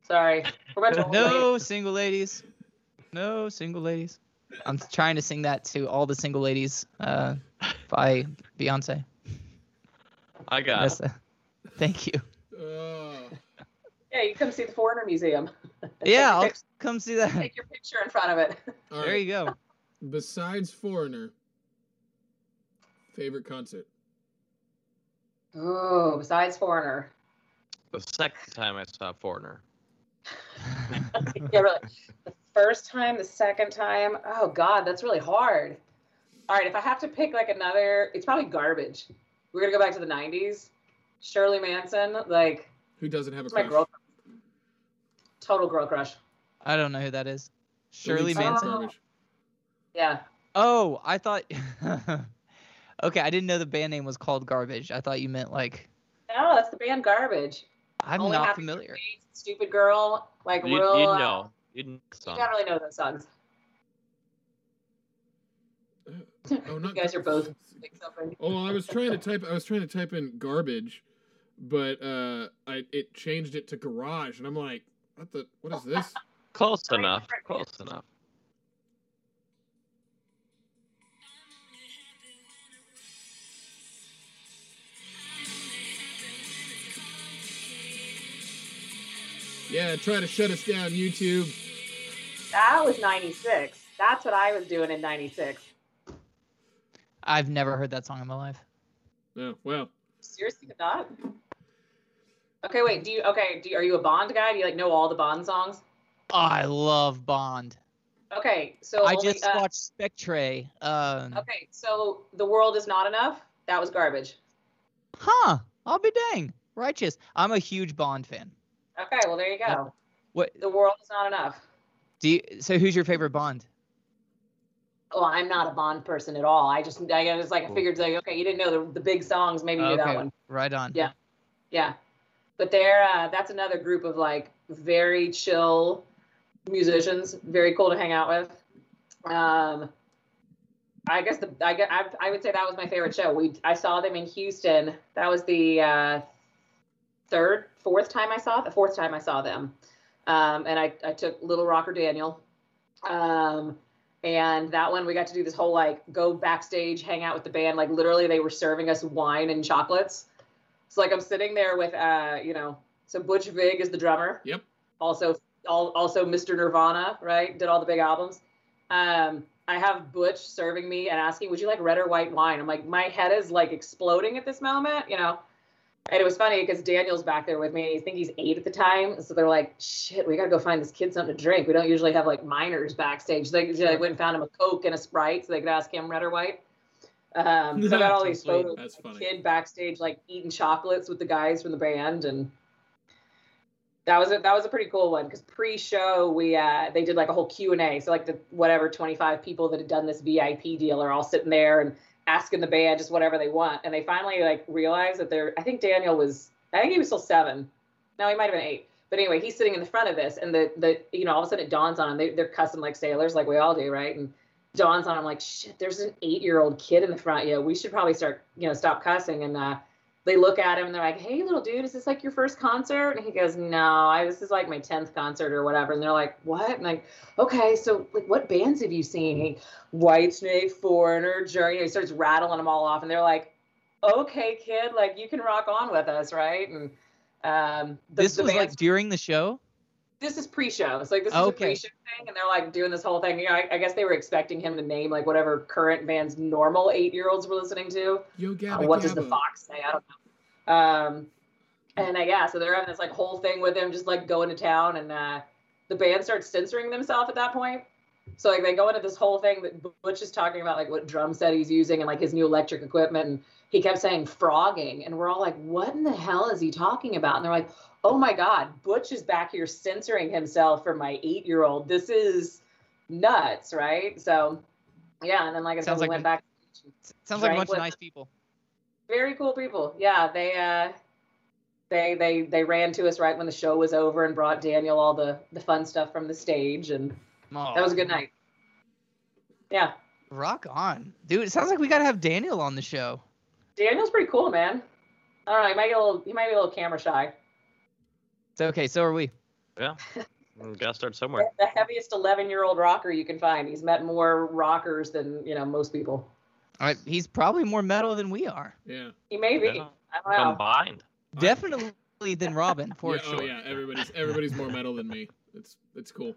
[SPEAKER 4] Sorry. We're about to
[SPEAKER 1] no single ladies. No single ladies. I'm trying to sing that to all the single ladies uh, by Beyonce.
[SPEAKER 2] I got
[SPEAKER 1] That's a- thank you.
[SPEAKER 3] Oh,
[SPEAKER 4] Yeah, you come see the Foreigner Museum.
[SPEAKER 1] Yeah,
[SPEAKER 4] Take your
[SPEAKER 1] I'll
[SPEAKER 4] pic-
[SPEAKER 1] come see that.
[SPEAKER 4] Take your picture in front of it.
[SPEAKER 3] all
[SPEAKER 1] There
[SPEAKER 3] right.
[SPEAKER 1] you go.
[SPEAKER 3] Besides Foreigner, favorite concert.
[SPEAKER 4] Ooh, besides Foreigner.
[SPEAKER 2] the second time I saw Foreigner.
[SPEAKER 4] yeah, really. The first time, the second time. Oh God, that's really hard. All right, if I have to pick like another, it's probably garbage. We're gonna go back to the '90s. Shirley Manson, like
[SPEAKER 3] Who doesn't have a
[SPEAKER 4] it's my
[SPEAKER 3] crush?
[SPEAKER 4] girl, total girl crush.
[SPEAKER 1] I don't know who that is.
[SPEAKER 3] The lead
[SPEAKER 1] Shirley
[SPEAKER 3] singer of
[SPEAKER 1] Manson.
[SPEAKER 3] Garbage.
[SPEAKER 4] Yeah,
[SPEAKER 1] Oh, I thought. okay, I didn't know the band name was called Garbage. I thought you meant like
[SPEAKER 4] no, that's the band Garbage.
[SPEAKER 1] I'm
[SPEAKER 4] Only
[SPEAKER 1] not
[SPEAKER 4] Happy
[SPEAKER 1] familiar.
[SPEAKER 4] Feet, Stupid girl, like
[SPEAKER 2] You, you
[SPEAKER 4] real. uh,
[SPEAKER 2] know, you know the
[SPEAKER 4] You
[SPEAKER 2] song.
[SPEAKER 4] don't really know those songs.
[SPEAKER 3] Oh, not
[SPEAKER 4] You guys are both like something.
[SPEAKER 3] Oh, I was trying to type. I was trying to type in garbage, but uh, I it changed it to garage, and I'm like, what the? What is this?
[SPEAKER 2] Close enough. Close enough.
[SPEAKER 3] Yeah, try to shut us down, YouTube.
[SPEAKER 4] That was '96. That's what I was doing in '96.
[SPEAKER 1] I've never heard that song in my life.
[SPEAKER 3] No, Oh, well,
[SPEAKER 4] Seriously, could not. Okay, wait. Do you okay? Do you, are you a Bond guy? Do you like know all the Bond songs?
[SPEAKER 1] I love Bond.
[SPEAKER 4] Okay, so
[SPEAKER 1] I
[SPEAKER 4] only,
[SPEAKER 1] just
[SPEAKER 4] uh,
[SPEAKER 1] watched Spectre. Um,
[SPEAKER 4] Okay, so the world is not enough. That was garbage.
[SPEAKER 1] Huh? I'll be dang. Righteous. I'm a huge Bond fan.
[SPEAKER 4] Okay, well there you go.
[SPEAKER 1] What
[SPEAKER 4] The world is not enough.
[SPEAKER 1] do you? So who's your favorite Bond?
[SPEAKER 4] Well, I'm not a Bond person at all. I just I was like I figured like okay, you didn't know the, the big songs. Maybe you knew that one.
[SPEAKER 1] right on.
[SPEAKER 4] Yeah. Yeah, but there uh, that's another group of like very chill musicians. Very cool to hang out with. Um, I guess the I, guess, I I would say that was my favorite show. We I saw them in Houston. That was the uh, third, fourth time I saw the fourth time I saw them, um, and I I took Little Rocker Daniel, um, and that one we got to do this whole like go backstage, hang out with the band. Like literally, they were serving us wine and chocolates. So like I'm sitting there with uh you know so Butch Vig is the drummer.
[SPEAKER 3] Yep.
[SPEAKER 4] Also all, also Mr. Nirvana right did all the big albums. Um, I have Butch serving me and asking, "Would you like red or white wine?" I'm like, my head is like exploding at this moment, you know. And it was funny because Daniel's back there with me. I think he's eight at the time, so they're like, "Shit, we gotta go find this kid something to drink. We don't usually have like minors backstage." They, they went and found him a Coke and a Sprite, so they could ask him red or white. Um, so I got all these
[SPEAKER 1] Sweet.
[SPEAKER 4] photos
[SPEAKER 3] That's funny.
[SPEAKER 4] kid backstage like eating chocolates with the guys from the band and that was a that was a pretty cool one because pre-show we uh they did like a whole q&a so like the whatever 25 people that had done this vip deal are all sitting there and asking the band just whatever they want and they finally like realized that they're i think daniel was i think he was still seven no he might have been eight but anyway he's sitting in the front of this and the the you know all of a sudden it dawns on him they, they're cussing like sailors like we all do right and dawns on him like shit there's an eight year old kid in the front yeah we should probably start you know stop cussing and uh they look at him and they're like hey little dude is this like your first concert and he goes no i this is like my 10th concert or whatever and they're like what and like okay so like what bands have you seen he, white snake foreigner journey you know, he starts rattling them all off and they're like okay kid like you can rock on with us right and um the-
[SPEAKER 1] this
[SPEAKER 4] the
[SPEAKER 1] was
[SPEAKER 4] band's
[SPEAKER 1] like during the show.
[SPEAKER 4] this is pre-show. It's like this is a
[SPEAKER 1] Okay.
[SPEAKER 4] pre-show thing, and they're like doing this whole thing. You know, I, I guess they were expecting him to name like whatever current band's normal eight-year-olds were listening to.
[SPEAKER 3] Yo,
[SPEAKER 4] Uh,
[SPEAKER 3] Gabba
[SPEAKER 4] what does the
[SPEAKER 3] Gabba.
[SPEAKER 4] fox say? I don't know. Um, and uh, yeah, so they're having this like whole thing with him, just like going to town, and uh, the band starts censoring themselves at that point. So like they go into this whole thing that Butch is talking about, like what drum set he's using and like his new electric equipment, and he kept saying frogging, and we're all like, what in the hell is he talking about? And they're like, oh my god, Butch is back here censoring himself for my eight-year-old. This is nuts, right? So yeah, and then like I said,
[SPEAKER 1] Sounds
[SPEAKER 4] we
[SPEAKER 1] like
[SPEAKER 4] went
[SPEAKER 1] a-
[SPEAKER 4] back.
[SPEAKER 1] S- Sounds like a
[SPEAKER 4] Drank
[SPEAKER 1] bunch of
[SPEAKER 4] with-
[SPEAKER 1] nice people.
[SPEAKER 4] Very cool people. Yeah, they uh, they they they ran to us right when the show was over and brought Daniel all the the fun stuff from the stage, and
[SPEAKER 1] Aw,
[SPEAKER 4] that was a good night. Yeah.
[SPEAKER 1] Oh, Rock on, dude. It sounds like we gotta have Daniel on the show.
[SPEAKER 4] Daniel's pretty cool, man. I don't know. He might get a little. He might be a little camera shy.
[SPEAKER 1] It's okay. So are we.
[SPEAKER 2] You gotta start somewhere.
[SPEAKER 4] The heaviest 11 year old rocker you can find. He's met more rockers than you know most people.
[SPEAKER 1] All right. He's probably more metal than we are.
[SPEAKER 3] Yeah.
[SPEAKER 4] He may be.
[SPEAKER 2] Yeah.
[SPEAKER 4] I don't know.
[SPEAKER 2] Combined.
[SPEAKER 1] Definitely than Robin for
[SPEAKER 3] yeah,
[SPEAKER 1] sure.
[SPEAKER 3] Oh yeah, everybody's everybody's more metal than me. It's it's cool.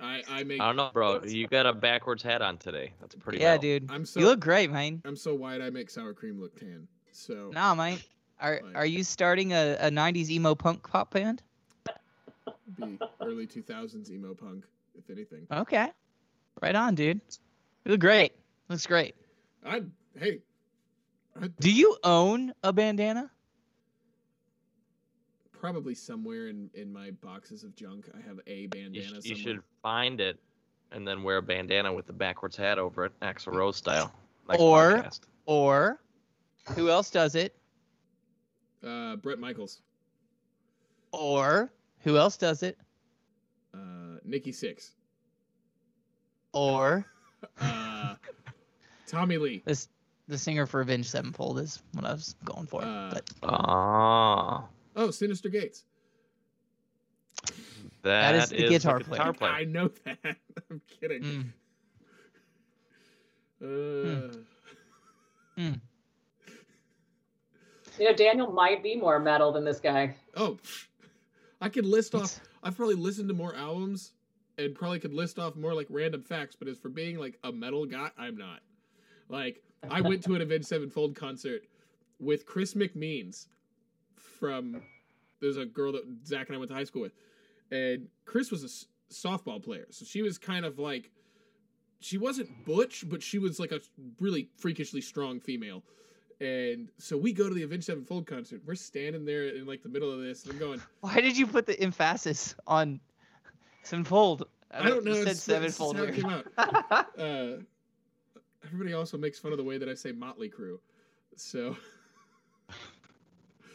[SPEAKER 3] I I make
[SPEAKER 2] I don't know, bro. You got a backwards hat on today. That's pretty.
[SPEAKER 1] Yeah,
[SPEAKER 2] metal.
[SPEAKER 1] dude.
[SPEAKER 3] I'm so
[SPEAKER 1] You look great, man.
[SPEAKER 3] I'm so wide I make sour cream look tan. So
[SPEAKER 1] Nah, man. Are
[SPEAKER 3] Like-
[SPEAKER 1] are you starting a, a '90s emo punk pop band?
[SPEAKER 3] be early 2000s emo punk if anything.
[SPEAKER 1] Okay. Right on, dude. You look great. Looks great.
[SPEAKER 3] I hey, I
[SPEAKER 1] Do you own a bandana?
[SPEAKER 3] probably somewhere in in my boxes of junk I have a
[SPEAKER 2] You,
[SPEAKER 3] bandana
[SPEAKER 2] sh- you
[SPEAKER 3] somewhere.
[SPEAKER 2] should find it, and then wear a bandana with the backwards hat over it, Axl Rose style. Like
[SPEAKER 1] Or-
[SPEAKER 2] podcast.
[SPEAKER 1] Or who else does it?
[SPEAKER 3] Uh Brett Michaels.
[SPEAKER 1] Or who else does it?
[SPEAKER 3] Uh Nikki 6.
[SPEAKER 1] Or
[SPEAKER 3] Uh Tommy Lee.
[SPEAKER 1] this the singer for Avenged Sevenfold is what I was going for.
[SPEAKER 3] Uh,
[SPEAKER 1] but
[SPEAKER 2] Ah,
[SPEAKER 3] Oh, Sinister Gates.
[SPEAKER 1] That is
[SPEAKER 2] that
[SPEAKER 1] the guitar player.
[SPEAKER 2] guitar
[SPEAKER 3] I know that. I'm kidding.
[SPEAKER 1] mm,
[SPEAKER 3] Uh,
[SPEAKER 1] mm.
[SPEAKER 4] You know, Daniel might be more metal than this guy.
[SPEAKER 3] Oh, I could list off
[SPEAKER 1] It's-
[SPEAKER 3] I've probably listened to more albums and probably could list off more like random facts, but as for being like a metal guy, I'm not. Like I went to an Avenged Sevenfold concert with Chris McMeans from there's a girl that Zach and I went to high school with, and Chris was a s- softball player, so she was kind of like she wasn't butch, but she was like a really freakishly strong female. And so we go to the Avenged Sevenfold concert. We're standing there in like the middle of this, and I'm going,
[SPEAKER 1] Why did you put the emphasis on sevenfold?
[SPEAKER 3] I don't know.
[SPEAKER 1] You said
[SPEAKER 3] it's- it's- it's
[SPEAKER 1] sevenfold.
[SPEAKER 3] how it
[SPEAKER 1] weird.
[SPEAKER 3] came out. Uh, everybody also makes fun of the way that I say Motley Crue. So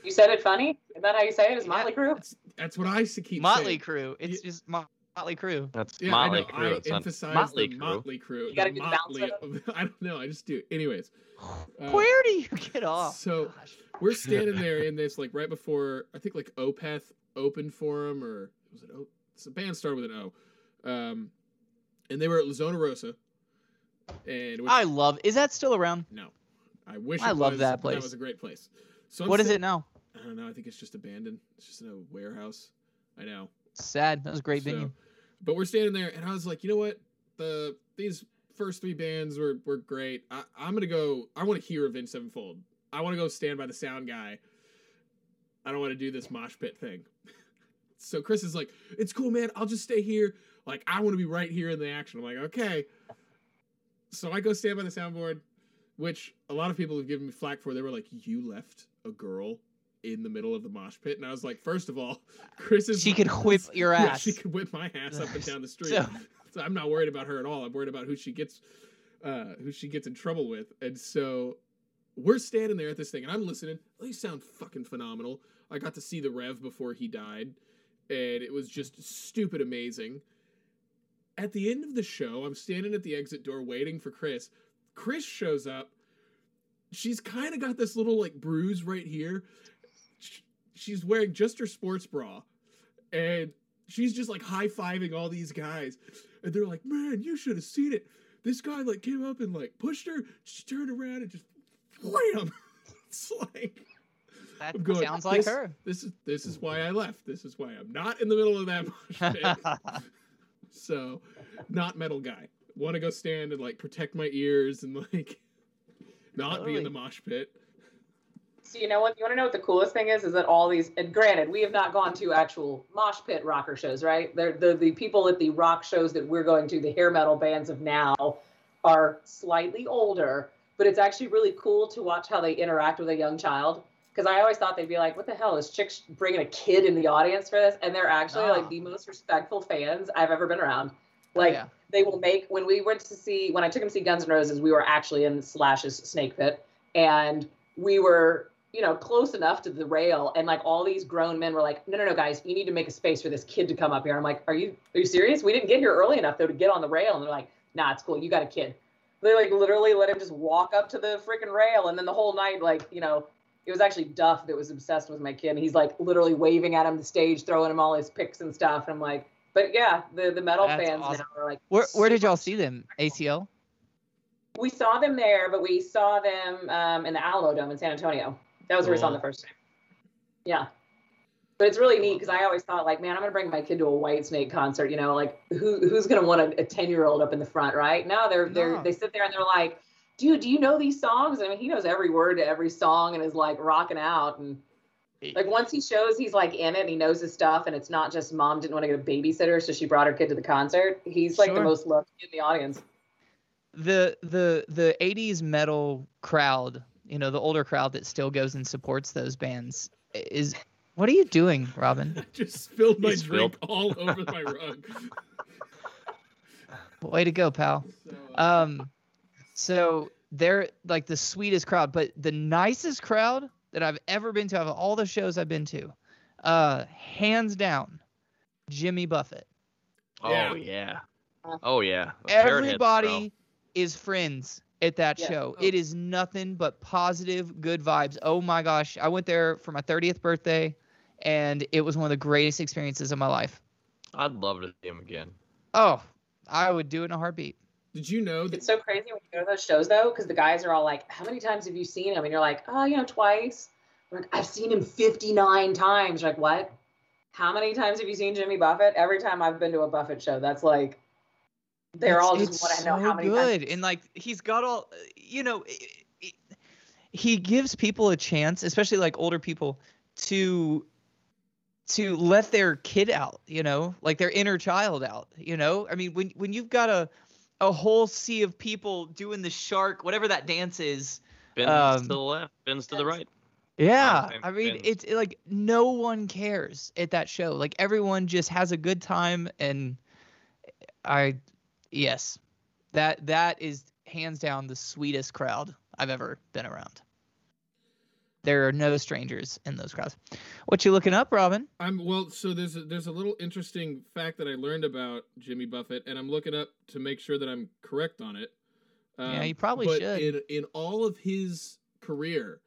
[SPEAKER 4] You said it funny. Is that how you say it? Is Motley Crue?
[SPEAKER 3] that's, that's what I s- keep
[SPEAKER 1] Motley
[SPEAKER 3] saying.
[SPEAKER 1] Crue. It's
[SPEAKER 3] Yeah.
[SPEAKER 1] just Mo- Motley Crue.
[SPEAKER 2] That's
[SPEAKER 3] Yeah,
[SPEAKER 2] Motley
[SPEAKER 3] I know.
[SPEAKER 2] Crue.
[SPEAKER 3] I
[SPEAKER 2] it's not-
[SPEAKER 3] emphasize
[SPEAKER 2] Motley
[SPEAKER 3] the
[SPEAKER 2] Crue.
[SPEAKER 3] Motley Crew.
[SPEAKER 4] You gotta
[SPEAKER 3] the
[SPEAKER 4] get the
[SPEAKER 3] Motley. I don't know. I just do. Anyways, uh,
[SPEAKER 1] Where do you get off?
[SPEAKER 3] so-
[SPEAKER 1] Oh, Gosh.
[SPEAKER 3] we're standing there in this like right before I think like Opeth Open Forum or was it O? It's a band started with an O, um, and they were at La Zona Rosa, and which,
[SPEAKER 1] I love. Is that still around?
[SPEAKER 3] no, I wish
[SPEAKER 1] I
[SPEAKER 3] it
[SPEAKER 1] love
[SPEAKER 3] was,
[SPEAKER 1] that
[SPEAKER 3] but That
[SPEAKER 1] place.
[SPEAKER 3] was a great place. So I'm
[SPEAKER 1] What is
[SPEAKER 3] sit-
[SPEAKER 1] it now?
[SPEAKER 3] I don't know. I think it's just abandoned. It's just in a warehouse. I know.
[SPEAKER 1] Sad. That was a great
[SPEAKER 3] So-
[SPEAKER 1] venue.
[SPEAKER 3] But we're standing there, and I was like, you know what? The these first three bands were were great. I, I'm gonna go. I want to hear Avenged Sevenfold. I want to go stand by the sound guy. I don't want to do this mosh pit thing. so Chris is like, it's cool, man. I'll just stay here. Like I want to be right here in the action. I'm like, okay. So I go stand by the soundboard, which a lot of people have given me flack for. They were like, you left a girl in the middle of the mosh pit, and I was like, first of all, Chris is
[SPEAKER 1] She could whip your
[SPEAKER 3] yeah,
[SPEAKER 1] ass.
[SPEAKER 3] she could whip my ass up and down the street.
[SPEAKER 1] So-
[SPEAKER 3] So, I'm not worried about her at all. I'm worried about who she gets, uh, who she gets in trouble with. And so we're standing there at this thing, and I'm listening. They sound fucking phenomenal. I got to see the Rev before he died, and it was just stupid amazing. At the end of the show, I'm standing at the exit door waiting for Chris. Chris shows up. She's kind of got this little like bruise right here. Sh- She's wearing just her sports bra, and she's just like high fiving all these guys, and they're like, "Man, you should have seen it." This guy like came up and like pushed her. She turned around and just wham. it's like
[SPEAKER 1] That
[SPEAKER 3] I'm going,
[SPEAKER 1] sounds like
[SPEAKER 3] this-
[SPEAKER 1] her.
[SPEAKER 3] This is this is why I left. This is why I'm not in the middle of that mosh pit. so, not metal guy. Want to go stand and like protect my ears and like not be
[SPEAKER 1] Totally.
[SPEAKER 3] in the mosh pit.
[SPEAKER 4] So you know what? You want to know what the coolest thing is? Is that all these? And granted, we have not gone to actual mosh pit rocker shows, right? They're, the the people at the rock shows that we're going to, the hair metal bands of now, are slightly older. But it's actually really cool to watch how they interact with a young child. Because I always thought they'd be like, "What the hell is chicks bringing a kid in the audience for this?" And they're actually
[SPEAKER 1] Ah.
[SPEAKER 4] like the most respectful fans I've ever been around. Like
[SPEAKER 1] yeah.
[SPEAKER 4] they will make when we went to see when I took him to see Guns N' Roses, we were actually in Slash's Snake Pit, and we were you know close enough to the rail, and like all these grown men were like, no no no guys, you need to make a space for this kid to come up here. I'm like, are you are you serious? We didn't get here early enough though to get on the rail, and they're like, nah, it's cool, you got a kid. They like literally let him just walk up to the freaking rail, and then the whole night like you know. It was actually Duff that was obsessed with my kid. And he's like literally waving at him the stage, throwing him all his picks and stuff. And I'm like, but yeah, the, the metal
[SPEAKER 1] That's
[SPEAKER 4] fans
[SPEAKER 1] awesome.
[SPEAKER 4] now are like,
[SPEAKER 1] Where where did y'all see them? ACL.
[SPEAKER 4] we saw them there, but we saw them um, in the Alamo Dome in San Antonio. That was where we saw them the first time. Yeah. But it's really neat because I always thought, like, man, I'm gonna bring my kid to a White Snake concert. You know, like, who who's gonna want a- a ten year old up in the front, right? No, they're
[SPEAKER 1] No.
[SPEAKER 4] they're they sit there and they're like, dude, do you know these songs? I mean, he knows every word to every song and is like rocking out. And like once he shows he's like in it and he knows his stuff, and it's not just mom didn't want to get a babysitter, so she brought her kid to the concert. He's like
[SPEAKER 1] Sure.
[SPEAKER 4] the most loved kid in the audience.
[SPEAKER 1] the the the 80s metal crowd you know the older crowd that still goes and supports those bands is what are you doing robin
[SPEAKER 3] I just spilled my
[SPEAKER 2] You spilled.
[SPEAKER 3] drink all over my rug.
[SPEAKER 1] way to go pal
[SPEAKER 3] So, uh,
[SPEAKER 1] um so they're like the sweetest crowd but the nicest crowd that i've ever been to of all the shows i've been to uh hands down jimmy buffett
[SPEAKER 2] Oh
[SPEAKER 3] Yeah.
[SPEAKER 2] yeah.
[SPEAKER 4] Uh,
[SPEAKER 2] Oh yeah. The parrot heads, bro.
[SPEAKER 1] everybody is friends at that
[SPEAKER 4] Yeah.
[SPEAKER 1] show.
[SPEAKER 3] Oh.
[SPEAKER 1] It is nothing but positive, good vibes. Oh my gosh, I went there for my 30th birthday, and it was one of the greatest experiences of my life.
[SPEAKER 2] I'd love to see him again.
[SPEAKER 1] Oh, I would do it in a heartbeat.
[SPEAKER 3] did you know that
[SPEAKER 4] It's so crazy when you go to those shows though, because the guys are all like, "How many times have you seen him?" And you're like, "Oh, you know, twice." I'm like, "I've seen him 59 times." You're like, "What? How many times have you seen Jimmy Buffett?" Every time I've been to a Buffett show, that's like, they're
[SPEAKER 1] It's-
[SPEAKER 4] all just
[SPEAKER 1] it's
[SPEAKER 4] want to know
[SPEAKER 1] so
[SPEAKER 4] how many times.
[SPEAKER 1] good, and like he's got all, uh, you know, i i he gives people a chance, especially like older people, to to let their kid out, you know, like their inner child out, you know. I mean, when when you've got a a whole sea of people doing the shark, whatever that dance is.
[SPEAKER 2] Ben's
[SPEAKER 1] Um,
[SPEAKER 2] to the left, Ben's to the right.
[SPEAKER 1] Yeah,
[SPEAKER 2] Content
[SPEAKER 1] I mean,
[SPEAKER 2] spins.
[SPEAKER 1] it's it, like no one cares at that show. Like everyone just has a good time, and I, yes, that that is hands down the sweetest crowd I've ever been around. There are no strangers in those crowds. What you looking up, Robin?
[SPEAKER 3] I'm well. So there's a, there's a little interesting fact that I learned about Jimmy Buffett, and I'm looking up to make sure that I'm correct on it. Um,
[SPEAKER 1] Yeah, you probably
[SPEAKER 3] but
[SPEAKER 1] should.
[SPEAKER 3] In, in all of his career,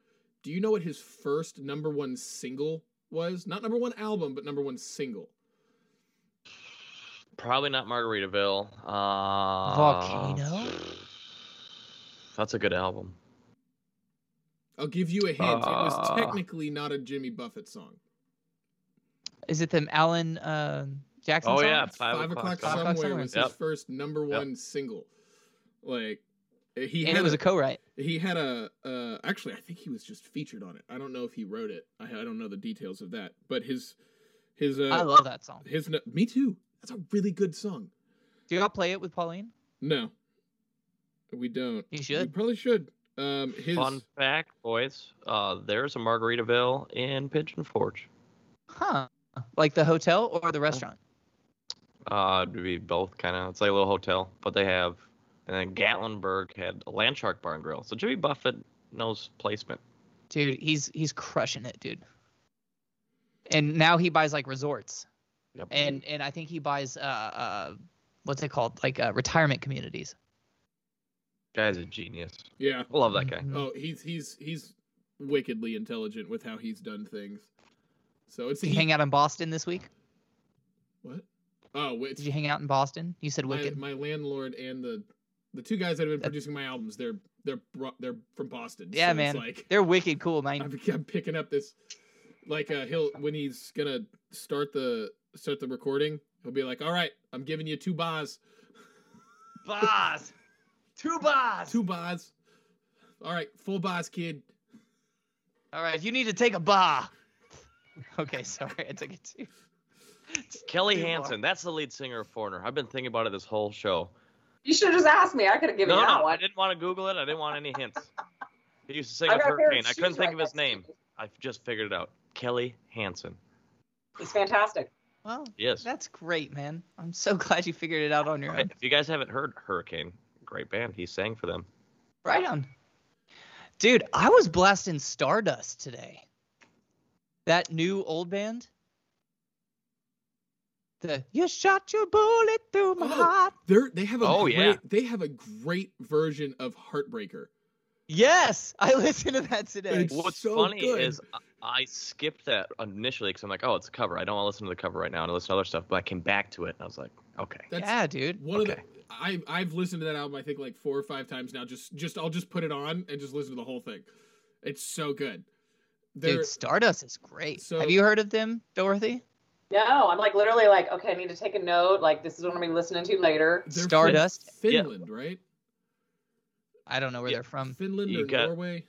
[SPEAKER 3] do you know what his first number one single was? Not number one album, but number one single.
[SPEAKER 2] Probably not Margaritaville. Uh,
[SPEAKER 1] Volcano?
[SPEAKER 2] That's a good album.
[SPEAKER 3] I'll give you a hint. it was
[SPEAKER 2] Ah.
[SPEAKER 3] technically not a Jimmy Buffett song.
[SPEAKER 1] Is it them Alan uh, Jackson?
[SPEAKER 2] Oh
[SPEAKER 1] song?
[SPEAKER 2] yeah,
[SPEAKER 3] Five, o'clock,
[SPEAKER 1] Five O'Clock
[SPEAKER 3] somewhere,
[SPEAKER 1] Somewhere.
[SPEAKER 3] was
[SPEAKER 2] Yep.
[SPEAKER 3] his first number
[SPEAKER 2] Yep.
[SPEAKER 3] one single. Like he
[SPEAKER 1] and
[SPEAKER 3] had
[SPEAKER 1] it was
[SPEAKER 3] a-
[SPEAKER 1] a co-write.
[SPEAKER 3] he had a uh, actually i think he was just featured on it i don't know if he wrote it i, I don't know the details of that but his his
[SPEAKER 1] I
[SPEAKER 3] uh
[SPEAKER 1] love that song.
[SPEAKER 3] his no- me too that's a really good song
[SPEAKER 1] Do y'all play it with Pauline?
[SPEAKER 3] no we don't
[SPEAKER 1] You
[SPEAKER 3] we
[SPEAKER 1] should.
[SPEAKER 3] probably should um his
[SPEAKER 2] Fun fact, boys. Uh, there's a Margaritaville in Pigeon Forge.
[SPEAKER 1] Huh? Like the hotel or the restaurant?
[SPEAKER 2] Uh, it'd be both kind of. It's like a little hotel, but they have. And then Gatlinburg had a Landshark Bar and Grill. So Jimmy Buffett knows placement.
[SPEAKER 1] Dude, he's he's crushing it, dude. And now he buys like resorts,
[SPEAKER 2] Yep.
[SPEAKER 1] and and I think he buys uh, uh what's it called like uh, retirement communities.
[SPEAKER 2] guy's a genius.
[SPEAKER 3] yeah
[SPEAKER 2] I love that guy.
[SPEAKER 4] Mm-hmm.
[SPEAKER 1] Mhm.
[SPEAKER 3] oh he's he's he's wickedly intelligent with how he's done things so it's
[SPEAKER 1] Did you hang out in Boston this week?
[SPEAKER 3] what oh it's
[SPEAKER 1] Did you hang out in Boston? You said
[SPEAKER 3] my,
[SPEAKER 1] Wicked.
[SPEAKER 3] my landlord and the the two guys that have been
[SPEAKER 1] That-
[SPEAKER 3] producing my albums they're they're bro- they're from boston
[SPEAKER 1] Yeah,
[SPEAKER 3] so
[SPEAKER 1] man.
[SPEAKER 3] it's like
[SPEAKER 1] They're wicked cool, man.
[SPEAKER 3] I'm, I'm picking up this like uh he'll when he's gonna start the start the recording he'll be like all right i'm giving you two bars
[SPEAKER 1] Boss, two boss.
[SPEAKER 3] two bars all right full bars kid
[SPEAKER 1] All right, you need to take a bah. Okay, sorry, I took it too.
[SPEAKER 2] Kelly
[SPEAKER 1] Too far.
[SPEAKER 2] Hansen, that's the lead singer of Foreigner. I've been thinking about it this whole show.
[SPEAKER 4] You should have just asked me. I could have given
[SPEAKER 2] No,
[SPEAKER 4] you that
[SPEAKER 2] no, I
[SPEAKER 4] one.
[SPEAKER 2] didn't want to Google it. I didn't want any hints. He used to sing
[SPEAKER 4] I've
[SPEAKER 2] with
[SPEAKER 4] got a pair
[SPEAKER 2] Hurricane.
[SPEAKER 4] of
[SPEAKER 2] I
[SPEAKER 4] shoes
[SPEAKER 2] couldn't think
[SPEAKER 4] right
[SPEAKER 2] of his
[SPEAKER 4] next to
[SPEAKER 2] name.
[SPEAKER 4] me.
[SPEAKER 2] I just figured it out. Kelly Hansen.
[SPEAKER 4] He's fantastic.
[SPEAKER 1] Well,
[SPEAKER 2] Yes.
[SPEAKER 1] that's great, man. I'm so glad you figured it out on your
[SPEAKER 2] Hey,
[SPEAKER 1] own.
[SPEAKER 2] If you guys haven't heard Hurricane, great band. He sang for them.
[SPEAKER 1] Right on. Dude, I was blasting Stardust today. That new old band. The You Shot Your Bullet Through My
[SPEAKER 3] Oh.
[SPEAKER 1] Heart.
[SPEAKER 3] They're, they have a
[SPEAKER 2] Oh,
[SPEAKER 3] great,
[SPEAKER 2] yeah.
[SPEAKER 3] they have a great version of Heartbreaker.
[SPEAKER 1] Yes, I listened to that today.
[SPEAKER 3] It's
[SPEAKER 2] What's
[SPEAKER 3] so
[SPEAKER 2] funny
[SPEAKER 3] good.
[SPEAKER 2] is I, I skipped that initially because I'm like, oh, it's a cover. I don't want to listen to the cover right now and listen to other stuff. But I came back to it and I was like, okay.
[SPEAKER 3] That's
[SPEAKER 1] yeah, dude.
[SPEAKER 3] one of
[SPEAKER 2] okay.
[SPEAKER 3] the I I've listened to that album I think like four or five times now. Just just I'll just put it on and just listen to the whole thing. It's so good. They're,
[SPEAKER 1] Dude, Stardust is great.
[SPEAKER 3] So-
[SPEAKER 1] Have you heard of them, Dorothy?
[SPEAKER 4] No, I'm like literally like, okay, I need to take a note. Like this is what I'm gonna be listening to later.
[SPEAKER 3] they're from
[SPEAKER 1] Stardust?
[SPEAKER 3] Finland, right?
[SPEAKER 1] I don't know where
[SPEAKER 2] Yeah.
[SPEAKER 1] they're from,
[SPEAKER 3] Finland
[SPEAKER 2] You
[SPEAKER 3] or
[SPEAKER 2] got-
[SPEAKER 3] Norway?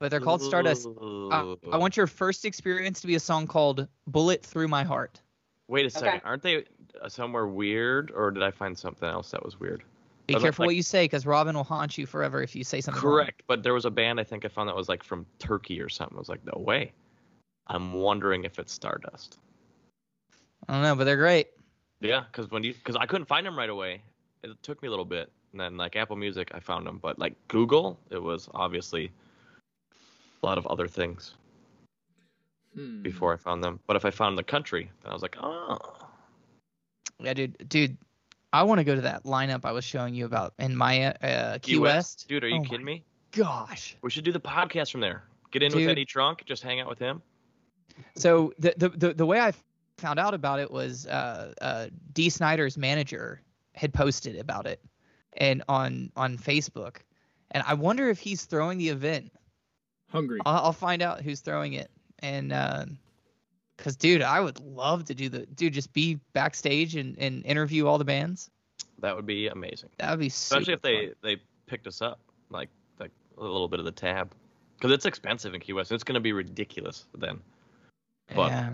[SPEAKER 1] but they're called Stardust. Uh, I want your first experience to be a song called Bullet Through My Heart.
[SPEAKER 2] Wait a second.
[SPEAKER 4] Okay.
[SPEAKER 2] Aren't they uh, somewhere weird, or did I find something else that was weird?
[SPEAKER 1] Be
[SPEAKER 2] I don't
[SPEAKER 1] careful
[SPEAKER 2] like-
[SPEAKER 1] what you say, because Robin will haunt you forever if you say something. wrong.
[SPEAKER 2] Correct. But there was a band I think I found that was like from Turkey or something. I was like, no way. I'm wondering if it's Stardust.
[SPEAKER 1] I don't know, but they're great.
[SPEAKER 2] Yeah, because when you because I couldn't find them right away. It took me a little bit, and then like Apple Music, I found them. But like Google, it was obviously a lot of other things
[SPEAKER 1] Mm-hmm.
[SPEAKER 3] Hmm.
[SPEAKER 2] before I found them. But if I found the country, then I was like, oh,
[SPEAKER 1] Yeah, dude, dude, I want to go to that lineup I was showing you about in Maya uh, Key
[SPEAKER 2] US?
[SPEAKER 1] West.
[SPEAKER 2] dude, are you
[SPEAKER 1] Oh my
[SPEAKER 2] kidding me?
[SPEAKER 1] Gosh.
[SPEAKER 2] We should do the podcast from there. Get in with
[SPEAKER 1] Dude.
[SPEAKER 2] Eddie Trunk, just hang out with him.
[SPEAKER 1] So the the the, the way I found out about it was uh, uh, D. Snyder's manager had posted about it, and on on Facebook, and I wonder if he's throwing the event.
[SPEAKER 3] Hungry.
[SPEAKER 1] I'll, I'll find out who's throwing it, and uh, cause dude, I would love to do the dude just be backstage and, and interview all the bands.
[SPEAKER 2] That would be amazing.
[SPEAKER 1] That would be
[SPEAKER 2] especially
[SPEAKER 1] super
[SPEAKER 2] if they
[SPEAKER 1] fun.
[SPEAKER 2] they picked us up like like a little bit of the tab because it's expensive in key west it's going to be ridiculous then fuck.
[SPEAKER 1] Yeah.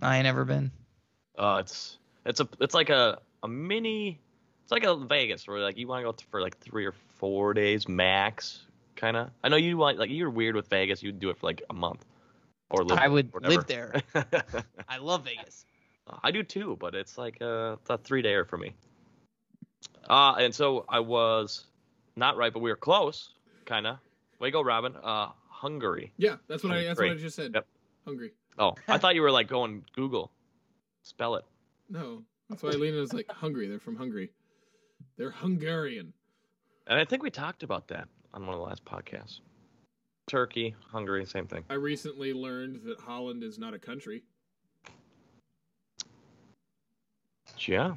[SPEAKER 1] I ain't never been.
[SPEAKER 2] uh it's it's a it's like a a mini it's like a vegas where like you want to go for like three or four days max kind of i know you want like you're weird with vegas you'd do it for like a month or live
[SPEAKER 1] I would
[SPEAKER 2] whatever.
[SPEAKER 1] live there. I love Vegas.
[SPEAKER 2] I do too, but it's like a, it's a three dayer for me. Uh, and so I was not right, but we were close, kind of. Way to go, Robin. Uh, Hungary.
[SPEAKER 3] Yeah, that's what I that's what I
[SPEAKER 2] Hungry.
[SPEAKER 3] just said.
[SPEAKER 2] Yep.
[SPEAKER 3] Hungry.
[SPEAKER 2] Oh, I thought you were like going Google, spell it.
[SPEAKER 3] No. That's why Lena was like hungry. They're from Hungary. They're Hungarian.
[SPEAKER 2] And I think we talked about that on one of the last podcasts. Turkey, Hungary, same thing.
[SPEAKER 3] I recently learned that Holland is not a country.
[SPEAKER 2] Yeah,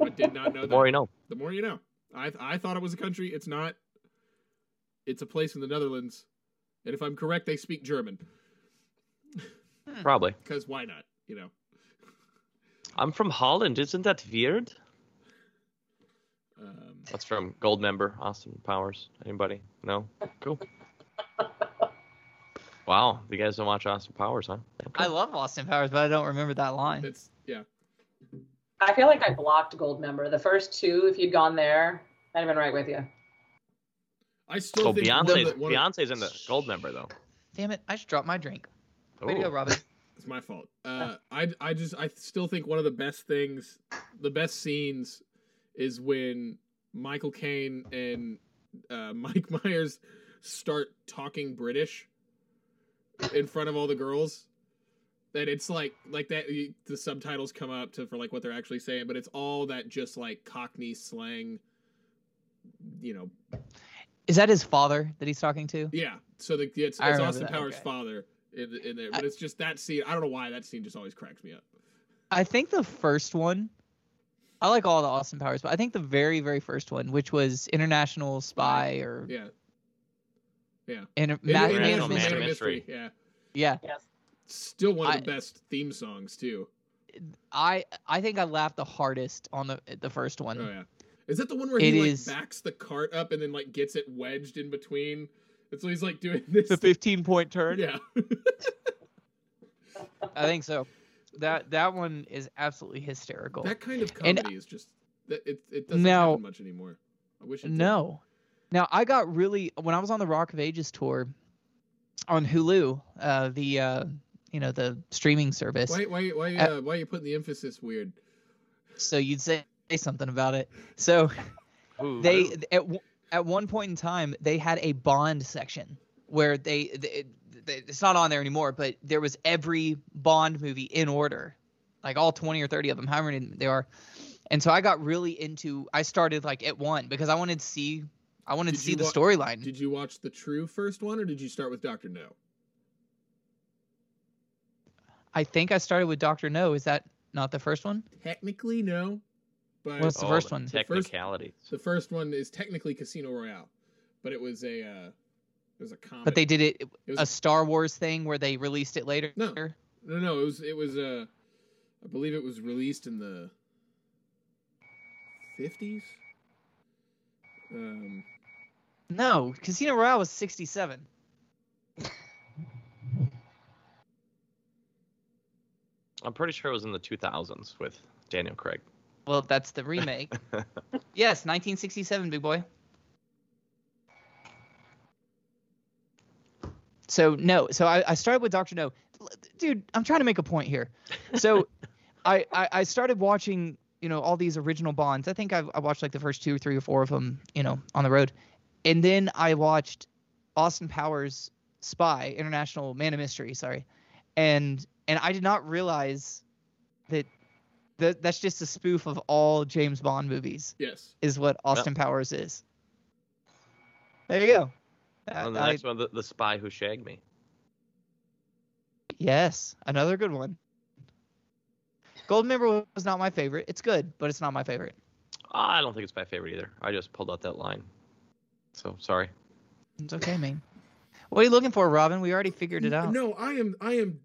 [SPEAKER 3] I did not know
[SPEAKER 2] the
[SPEAKER 3] that.
[SPEAKER 2] more you know.
[SPEAKER 3] The more you know. I I thought it was a country. It's not. It's a place in the Netherlands, and if I'm correct, they speak German. Hmm.
[SPEAKER 2] Probably.
[SPEAKER 3] Because why not? You know.
[SPEAKER 2] I'm from Holland. Isn't that weird?
[SPEAKER 3] Um,
[SPEAKER 2] That's from Gold Member, Austin Powers. Anybody? No? Cool. Wow, you guys don't watch Austin Powers, huh? Oh,
[SPEAKER 1] I love Austin Powers, but I don't remember that line.
[SPEAKER 3] it's yeah.
[SPEAKER 4] I feel like I blocked Gold Member. The first two, if you'd gone there, I'd have been right with you.
[SPEAKER 3] I still
[SPEAKER 2] So
[SPEAKER 3] think one of
[SPEAKER 2] Beyonce's
[SPEAKER 3] the- one of-
[SPEAKER 2] Beyonce's in the gold member though.
[SPEAKER 1] Damn it! I just dropped my drink. Way to go,
[SPEAKER 2] Ooh.
[SPEAKER 1] Robin.
[SPEAKER 3] It's my fault. Uh, I I just I still think one of the best things, the best scenes, is when Michael Caine and uh, Mike Myers start talking British in front of all the girls. And it's like like that. you- The subtitles come up to for like what they're actually saying, but it's all that just like Cockney slang. You know,
[SPEAKER 1] Is that his father that he's talking to?
[SPEAKER 3] yeah. So the it's,
[SPEAKER 1] I
[SPEAKER 3] it's
[SPEAKER 1] remember
[SPEAKER 3] Austin
[SPEAKER 1] that,
[SPEAKER 3] Powers'
[SPEAKER 1] okay.
[SPEAKER 3] father in, the, in there, but it's just that scene. I don't know why that scene just always cracks me up.
[SPEAKER 1] I think the first one. I like all the Austin Powers, but I think the very, very first one, which was International Spy or
[SPEAKER 3] Yeah.
[SPEAKER 1] Inter-
[SPEAKER 3] Yeah,
[SPEAKER 1] Ma-
[SPEAKER 3] yeah, yeah,
[SPEAKER 1] Man-
[SPEAKER 2] International Man
[SPEAKER 3] Man
[SPEAKER 2] of
[SPEAKER 3] of
[SPEAKER 2] Mystery.
[SPEAKER 3] Mystery, Yeah,
[SPEAKER 1] yeah,
[SPEAKER 4] Yes.
[SPEAKER 3] still one of the best theme songs too.
[SPEAKER 1] I I think I laughed the hardest on the the first one.
[SPEAKER 3] Oh yeah, Oh, is that the one where
[SPEAKER 1] It
[SPEAKER 3] he
[SPEAKER 1] is-
[SPEAKER 3] like backs the cart up and then like gets it wedged in between? And so he's like doing this.
[SPEAKER 1] The 15 point turn.
[SPEAKER 3] yeah.
[SPEAKER 1] I think so. That that one is absolutely hysterical.
[SPEAKER 3] That kind of
[SPEAKER 1] Oh. And-
[SPEAKER 3] comedy is just that it it doesn't
[SPEAKER 1] Now-
[SPEAKER 3] happen much anymore. I wish it did.
[SPEAKER 1] No. Now I got really when I was on the Rock of Ages tour on Hulu, uh, the uh, you know the streaming service.
[SPEAKER 3] Why why why
[SPEAKER 1] Uh,
[SPEAKER 3] uh, why are you putting the emphasis weird?
[SPEAKER 1] So you'd say, say something about it. So
[SPEAKER 2] Ooh.
[SPEAKER 1] they at w- at one point in time they had a Bond section where they, they, they it's not on there anymore, but there was every Bond movie in order, like all twenty or thirty of them, however many they are. And so I got really into. I started like at one because I wanted to see. I wanted
[SPEAKER 3] Did
[SPEAKER 1] to see
[SPEAKER 3] you
[SPEAKER 1] the
[SPEAKER 3] wa-
[SPEAKER 1] storyline.
[SPEAKER 3] Did you watch the true first one or did you start with Doctor No?
[SPEAKER 1] I think I started with Doctor No. Is that not the first one?
[SPEAKER 3] Technically no, but
[SPEAKER 1] What's the
[SPEAKER 2] All
[SPEAKER 1] first one? The
[SPEAKER 3] first-
[SPEAKER 2] Technicalities.
[SPEAKER 3] the first one is technically Casino Royale, but it was a uh, it was a comedy.
[SPEAKER 1] But they did it
[SPEAKER 3] It was-
[SPEAKER 1] a Star Wars thing where they released it later.
[SPEAKER 3] No. No, no, it was it was uh I believe it was released in the 50s. Um
[SPEAKER 1] No, Casino Royale was sixty-seven.
[SPEAKER 2] I'm pretty sure it was in the 2000s with Daniel Craig.
[SPEAKER 1] Well, that's the remake. yes, nineteen sixty-seven, big boy. So no, so I, I started with Doctor No, L- dude. I'm trying to make a point here. So, I, I I started watching you know all these original Bonds. I think I, I watched like the first two or three or four of them, you know, on the road, and then I watched Austin Powers Spy International Man of Mystery. Sorry, and and I did not realize that that that's just a spoof of all James Bond movies.
[SPEAKER 3] yes.
[SPEAKER 1] Is what Austin Powers is. There you go. Uh, I-
[SPEAKER 2] and the
[SPEAKER 1] I-
[SPEAKER 2] next one, the, the Spy Who Shagged Me.
[SPEAKER 1] Yes, another good one. Goldmember was not my favorite. It's good, but it's not my favorite.
[SPEAKER 2] Ah, I don't think it's my favorite either. I just pulled out that line. So sorry.
[SPEAKER 1] It's okay, man. What are you looking for, Robin? We already figured it out.
[SPEAKER 3] No, I am I am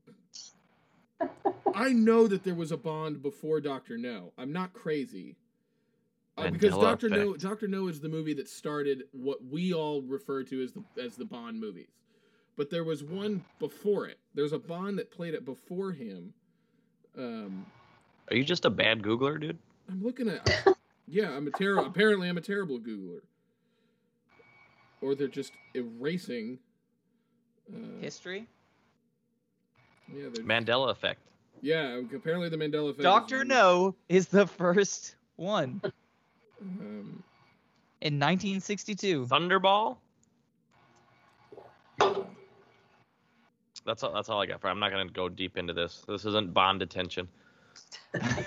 [SPEAKER 3] I know that there was a Bond before Doctor No. I'm not crazy. Uh, because
[SPEAKER 2] Mandela
[SPEAKER 3] Doctor No
[SPEAKER 2] effect.
[SPEAKER 3] Doctor No is the movie that started what we all refer to as the as the Bond movies. But there was one before it. There's a Bond that played it before him. Um
[SPEAKER 2] Are you just a bad Googler, dude?
[SPEAKER 3] I'm looking at. I- yeah, I'm a terrible. Apparently, I'm a terrible Googler. Or they're just erasing. Uh, yeah,
[SPEAKER 1] History?
[SPEAKER 3] they're,
[SPEAKER 2] Mandela effect.
[SPEAKER 3] yeah. Apparently, the Mandela effect. is
[SPEAKER 1] Doctor
[SPEAKER 3] real.
[SPEAKER 1] No is the first one
[SPEAKER 3] Um,
[SPEAKER 1] in 1962.
[SPEAKER 2] Thunderball. That's all. That's all I got for. I'm not gonna go deep into this. This isn't Bond detention.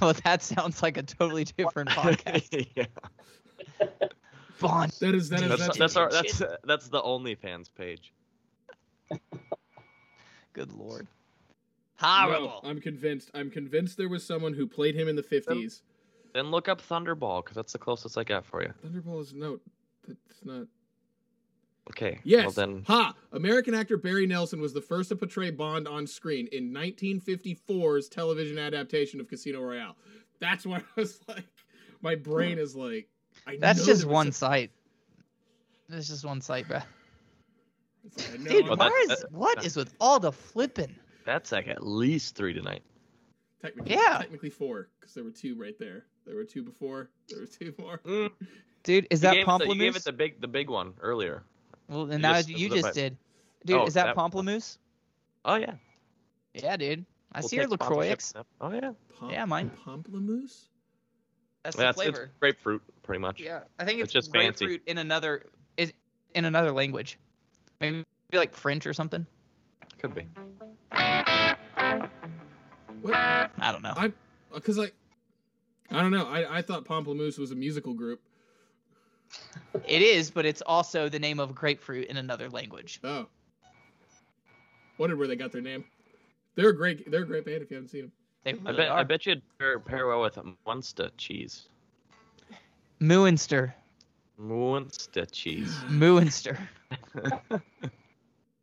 [SPEAKER 1] Well, that sounds like a totally different podcast.
[SPEAKER 2] yeah.
[SPEAKER 1] Bond.
[SPEAKER 3] that is that is
[SPEAKER 2] That's
[SPEAKER 3] that's,
[SPEAKER 2] that's, our that's that's the OnlyFans page.
[SPEAKER 1] Good lord.
[SPEAKER 3] no,
[SPEAKER 1] Horrible.
[SPEAKER 3] I'm convinced. I'm convinced there was someone who played him in the fifties.
[SPEAKER 2] Then look up Thunderball because that's the closest I got for you.
[SPEAKER 3] Thunderball is no. That's not.
[SPEAKER 2] Okay.
[SPEAKER 3] Yes.
[SPEAKER 2] Well then.
[SPEAKER 3] Ha! American actor Barry Nelson was the first to portray Bond on screen in 1954's television adaptation of Casino Royale. That's why I was like, my brain is like, I know
[SPEAKER 1] That's just
[SPEAKER 3] there was
[SPEAKER 1] one
[SPEAKER 3] a-
[SPEAKER 1] site. That's just one site, bro.
[SPEAKER 3] it's like, I know
[SPEAKER 1] Dude,
[SPEAKER 2] that-
[SPEAKER 3] I'm
[SPEAKER 1] where is
[SPEAKER 2] that-
[SPEAKER 1] what
[SPEAKER 2] that-
[SPEAKER 1] is with all the flipping?
[SPEAKER 2] That's like at least three tonight.
[SPEAKER 3] technically,
[SPEAKER 1] yeah.
[SPEAKER 3] technically four because there were two right there. There were two before. There were two more.
[SPEAKER 1] Dude, is
[SPEAKER 2] You
[SPEAKER 1] that
[SPEAKER 2] gave it the- You gave
[SPEAKER 1] Pomplamoose?
[SPEAKER 2] it the big the big one earlier.
[SPEAKER 1] Well, then
[SPEAKER 2] You
[SPEAKER 1] now
[SPEAKER 2] just-
[SPEAKER 1] you
[SPEAKER 2] the-
[SPEAKER 1] just did. Dude,
[SPEAKER 2] Oh,
[SPEAKER 1] is that,
[SPEAKER 2] that-
[SPEAKER 1] Pomplamoose?
[SPEAKER 2] Oh yeah.
[SPEAKER 1] Yeah, dude. I
[SPEAKER 2] We'll
[SPEAKER 1] see your
[SPEAKER 2] take
[SPEAKER 1] LaCroix.
[SPEAKER 2] sponsorship now. Oh yeah.
[SPEAKER 3] Pom-
[SPEAKER 1] Yeah, mine.
[SPEAKER 3] Pomplamoose.
[SPEAKER 1] That's
[SPEAKER 2] Yeah,
[SPEAKER 1] the
[SPEAKER 2] it's- it's
[SPEAKER 1] flavor.
[SPEAKER 2] grapefruit, pretty much.
[SPEAKER 1] Yeah, I think
[SPEAKER 2] it's
[SPEAKER 1] it's,
[SPEAKER 2] just fancy.
[SPEAKER 1] grapefruit in another is in another language. Maybe maybe like French or something.
[SPEAKER 2] Could be.
[SPEAKER 1] I don't know.
[SPEAKER 3] I- Because like, I don't know. I, I thought Pomplamoose was a musical group.
[SPEAKER 1] It is, but it's also the name of grapefruit in another language.
[SPEAKER 3] Oh, wondered where they got their name. They're a great. They're a great band if you haven't seen them.
[SPEAKER 1] They
[SPEAKER 2] I
[SPEAKER 1] really
[SPEAKER 2] bet.
[SPEAKER 1] are.
[SPEAKER 2] I bet you'd pair, pair well with Munster cheese.
[SPEAKER 1] Muenster.
[SPEAKER 2] Munster cheese.
[SPEAKER 1] Muenster.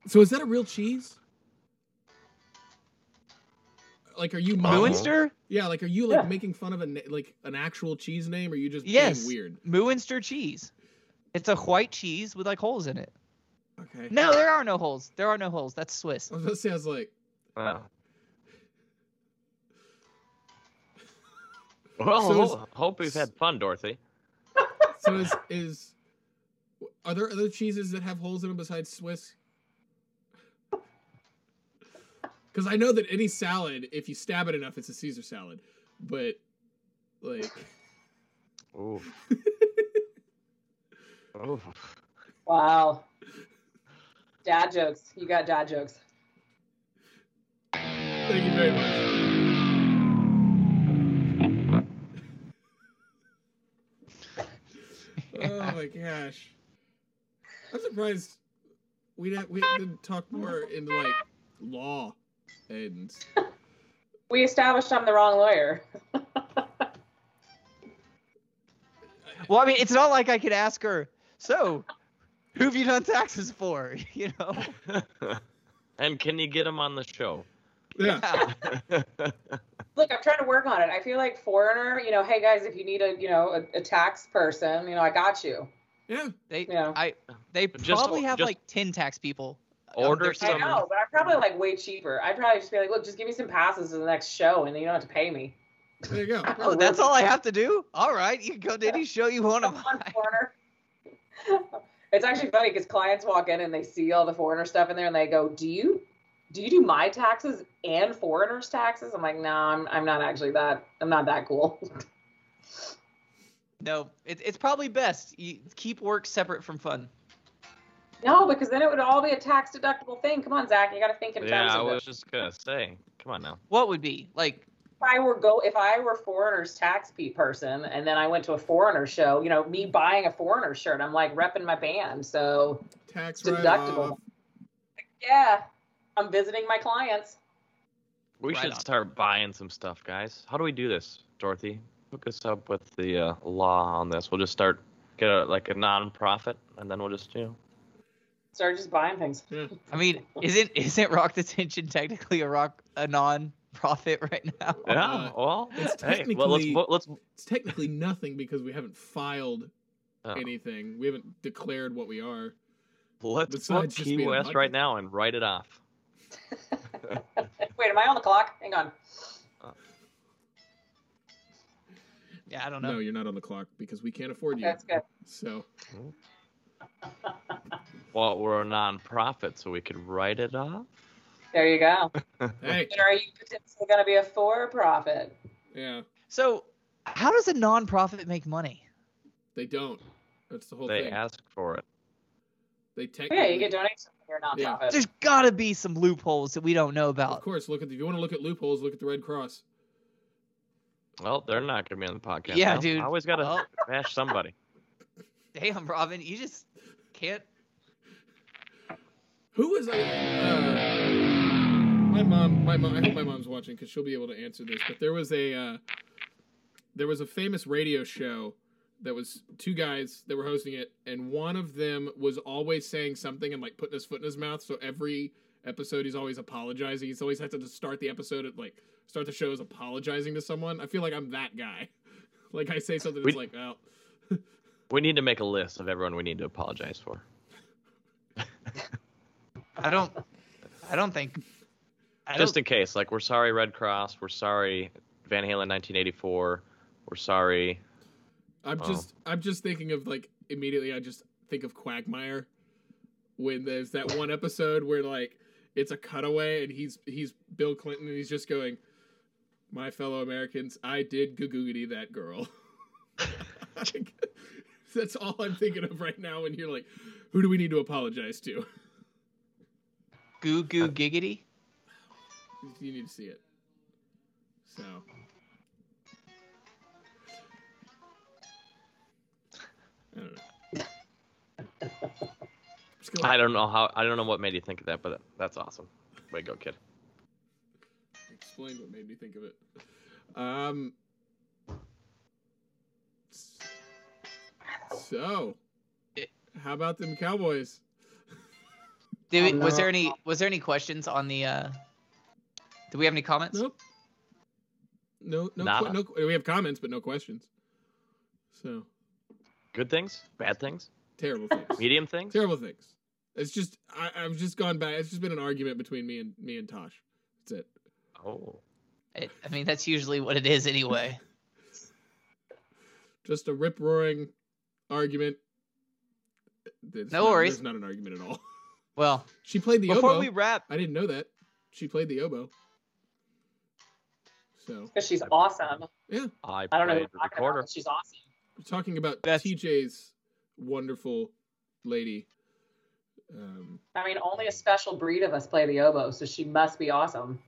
[SPEAKER 3] So is that a real cheese? Like, are you
[SPEAKER 2] Wow.
[SPEAKER 3] mocking?
[SPEAKER 2] Muenster?
[SPEAKER 1] Muenster?
[SPEAKER 3] Yeah, like, are you like
[SPEAKER 4] Yeah.
[SPEAKER 3] making fun of a na- like an actual cheese name, or you just
[SPEAKER 1] Yes.
[SPEAKER 3] being weird?
[SPEAKER 1] Muenster cheese. It's a white cheese with like holes in it.
[SPEAKER 3] Okay.
[SPEAKER 1] No, there are no holes. There are no holes. That's Swiss.
[SPEAKER 3] I was about to say, I was like,
[SPEAKER 2] Wow. Well,
[SPEAKER 3] So is-
[SPEAKER 2] ho- hope we've had fun, Dorothy.
[SPEAKER 3] so is is are there other cheeses that have holes in them besides Swiss? Because I know that any salad, if you stab it enough, it's a Caesar salad. But like,
[SPEAKER 2] Ooh. Ooh.
[SPEAKER 4] Wow. Dad jokes. You got dad jokes.
[SPEAKER 3] thank you very much. Oh my gosh, I'm surprised we didn't we didn't talk more in like law and
[SPEAKER 4] We established I'm the wrong lawyer.
[SPEAKER 1] Well, I mean, it's not like I could ask her. So, who have you done taxes for? You know.
[SPEAKER 2] and can you get him on the show?
[SPEAKER 3] yeah.
[SPEAKER 1] Oh,
[SPEAKER 4] Look, I'm trying to work on it. I feel like foreigner, you know, hey guys, if you need a, you know, a, a tax person, you know, I got you.
[SPEAKER 3] Yeah,
[SPEAKER 1] They,
[SPEAKER 4] Yeah.
[SPEAKER 1] I, they
[SPEAKER 2] But just-
[SPEAKER 1] probably have
[SPEAKER 2] just-
[SPEAKER 1] like ten tax people.
[SPEAKER 2] Order
[SPEAKER 1] there's-
[SPEAKER 4] I
[SPEAKER 2] some.
[SPEAKER 4] know, but I'm probably like way cheaper. I'd probably just be like, look, just give me some passes to the next show and then you don't have to pay me.
[SPEAKER 3] there you go.
[SPEAKER 1] Oh, that's all I have to do. All right, you can go to any show you want to
[SPEAKER 4] Come on, foreigner. it's actually funny because clients walk in and they see all the foreigner stuff in there and they go, "Do you, do you do my taxes and foreigners' taxes?" I'm like, "No, I'm, I'm not actually that. I'm not that cool."
[SPEAKER 1] No, it, it's probably best you keep work separate from fun.
[SPEAKER 4] no, because then it would all be a tax deductible thing. Come on, Zach, you got to think in terms
[SPEAKER 2] Yeah, I
[SPEAKER 4] of
[SPEAKER 2] was
[SPEAKER 4] this.
[SPEAKER 2] just gonna say. Come on now.
[SPEAKER 1] What would be like?
[SPEAKER 4] If I were go, if I were foreigners' tax pe- person, and then I went to a foreigner show, you know, me buying a foreigner shirt, I'm like repping my band. So
[SPEAKER 3] Tax write
[SPEAKER 4] Deductible.
[SPEAKER 3] off.
[SPEAKER 4] yeah, I'm visiting my clients.
[SPEAKER 2] We
[SPEAKER 1] Right
[SPEAKER 2] should
[SPEAKER 1] on.
[SPEAKER 2] start buying some stuff, guys. How do we do this, Dorothy? Hook us up with the uh, law on this. We'll just start get a, like a non-profit, and then we'll just you know.
[SPEAKER 4] Start just buying things.
[SPEAKER 1] I mean, isn't isn't rock detention technically a rock a non-profit right now?
[SPEAKER 2] Yeah. Uh, Well,
[SPEAKER 3] it's
[SPEAKER 2] hey, well, let's
[SPEAKER 3] technically-
[SPEAKER 2] vo- let's.
[SPEAKER 3] It's technically nothing because we haven't filed
[SPEAKER 2] Oh.
[SPEAKER 3] anything. We haven't declared what we are.
[SPEAKER 2] Let's
[SPEAKER 3] Besides
[SPEAKER 2] book
[SPEAKER 3] just
[SPEAKER 2] Key
[SPEAKER 3] being a
[SPEAKER 2] West
[SPEAKER 3] podcast.
[SPEAKER 2] right now and write it off.
[SPEAKER 4] Wait, am I on the clock? Hang on.
[SPEAKER 1] Yeah,
[SPEAKER 2] Oh,
[SPEAKER 1] I don't know.
[SPEAKER 3] No, you're not on the clock because we can't afford you.
[SPEAKER 4] That's good.
[SPEAKER 3] So
[SPEAKER 2] Well, we're a non-profit, so we could write it off.
[SPEAKER 4] There you go.
[SPEAKER 3] hey,
[SPEAKER 4] And are you potentially going to be a for-profit? Oh,
[SPEAKER 3] yeah,
[SPEAKER 1] So, how does a non-profit make money?
[SPEAKER 3] they don't. That's the whole
[SPEAKER 2] They
[SPEAKER 3] thing.
[SPEAKER 2] ask for it.
[SPEAKER 3] They
[SPEAKER 4] Oh, Yeah,
[SPEAKER 3] technically.
[SPEAKER 4] you get donations from your nonprofit.
[SPEAKER 1] There's got to be some loopholes that we don't know
[SPEAKER 3] Of
[SPEAKER 1] about.
[SPEAKER 3] course, look at if you want to look at loopholes, look at the Red Cross.
[SPEAKER 2] Well, they're not gonna be on the podcast.
[SPEAKER 1] Yeah,
[SPEAKER 2] now.
[SPEAKER 1] dude.
[SPEAKER 2] I always gotta
[SPEAKER 1] Well-
[SPEAKER 2] bash somebody.
[SPEAKER 1] Damn, Robin, you just can't.
[SPEAKER 3] Who was I? Uh, my mom. My mom. I hope my mom's watching because she'll be able to answer this. But there was a uh, there was a famous radio show that was two guys that were hosting it, and one of them was always saying something and like putting his foot in his mouth. So every episode, he's always apologizing. He's always had to just start the episode at like start the show as apologizing to someone. I feel like I'm that guy. Like I say something that's
[SPEAKER 2] We-
[SPEAKER 3] like, well,
[SPEAKER 2] We need to make a list of everyone we need to apologize for.
[SPEAKER 1] I don't. I don't think. I
[SPEAKER 2] just
[SPEAKER 1] don't,
[SPEAKER 2] in case, like we're sorry Red Cross, we're sorry Van Halen 1984, we're sorry.
[SPEAKER 3] I'm
[SPEAKER 2] Oh.
[SPEAKER 3] just I'm just thinking of like immediately I just think of Quagmire when there's that one episode where like it's a cutaway and he's he's Bill Clinton and he's just going, My fellow Americans, I did googity that girl. Like, That's all I'm thinking of right now when you're like, who do we need to apologize to?
[SPEAKER 1] goo goo giggity.
[SPEAKER 3] You need to see it. So I don't know. Just go-
[SPEAKER 2] I don't know how I don't know what made you think of that, but that's awesome. Way to go, kid.
[SPEAKER 3] Explain what made me think of it. Um. So, how about them Cowboys?
[SPEAKER 1] Did we,
[SPEAKER 4] Oh,
[SPEAKER 1] was
[SPEAKER 4] no.
[SPEAKER 1] there any was there any questions on the? uh Do we have any comments?
[SPEAKER 3] Nope. No, no,
[SPEAKER 2] Nada.
[SPEAKER 3] que- no. We have comments, but no questions. So
[SPEAKER 2] Good things, bad things,
[SPEAKER 3] terrible things.
[SPEAKER 2] medium things.
[SPEAKER 3] Terrible things. It's just I, I've just gone back. It's just been an argument between me and me and Tosh. That's it.
[SPEAKER 2] Oh.
[SPEAKER 1] It, I mean, that's usually what it is anyway.
[SPEAKER 3] Just a rip roaring argument. There's
[SPEAKER 1] No
[SPEAKER 3] not-
[SPEAKER 1] worries.
[SPEAKER 3] There's not an argument at all.
[SPEAKER 1] Well,
[SPEAKER 3] She played the
[SPEAKER 1] before
[SPEAKER 3] oboe.
[SPEAKER 1] we wrap,
[SPEAKER 3] I didn't know that. She played the oboe. So
[SPEAKER 4] because she's awesome.
[SPEAKER 2] I,
[SPEAKER 4] I don't know who I'm
[SPEAKER 2] played
[SPEAKER 4] talking
[SPEAKER 2] the
[SPEAKER 4] about,
[SPEAKER 2] recorder.
[SPEAKER 4] but she's awesome.
[SPEAKER 3] talking about
[SPEAKER 1] That's-
[SPEAKER 3] TJ's wonderful lady. Um,
[SPEAKER 4] I mean, only a special breed of us play the oboe, so she must be awesome.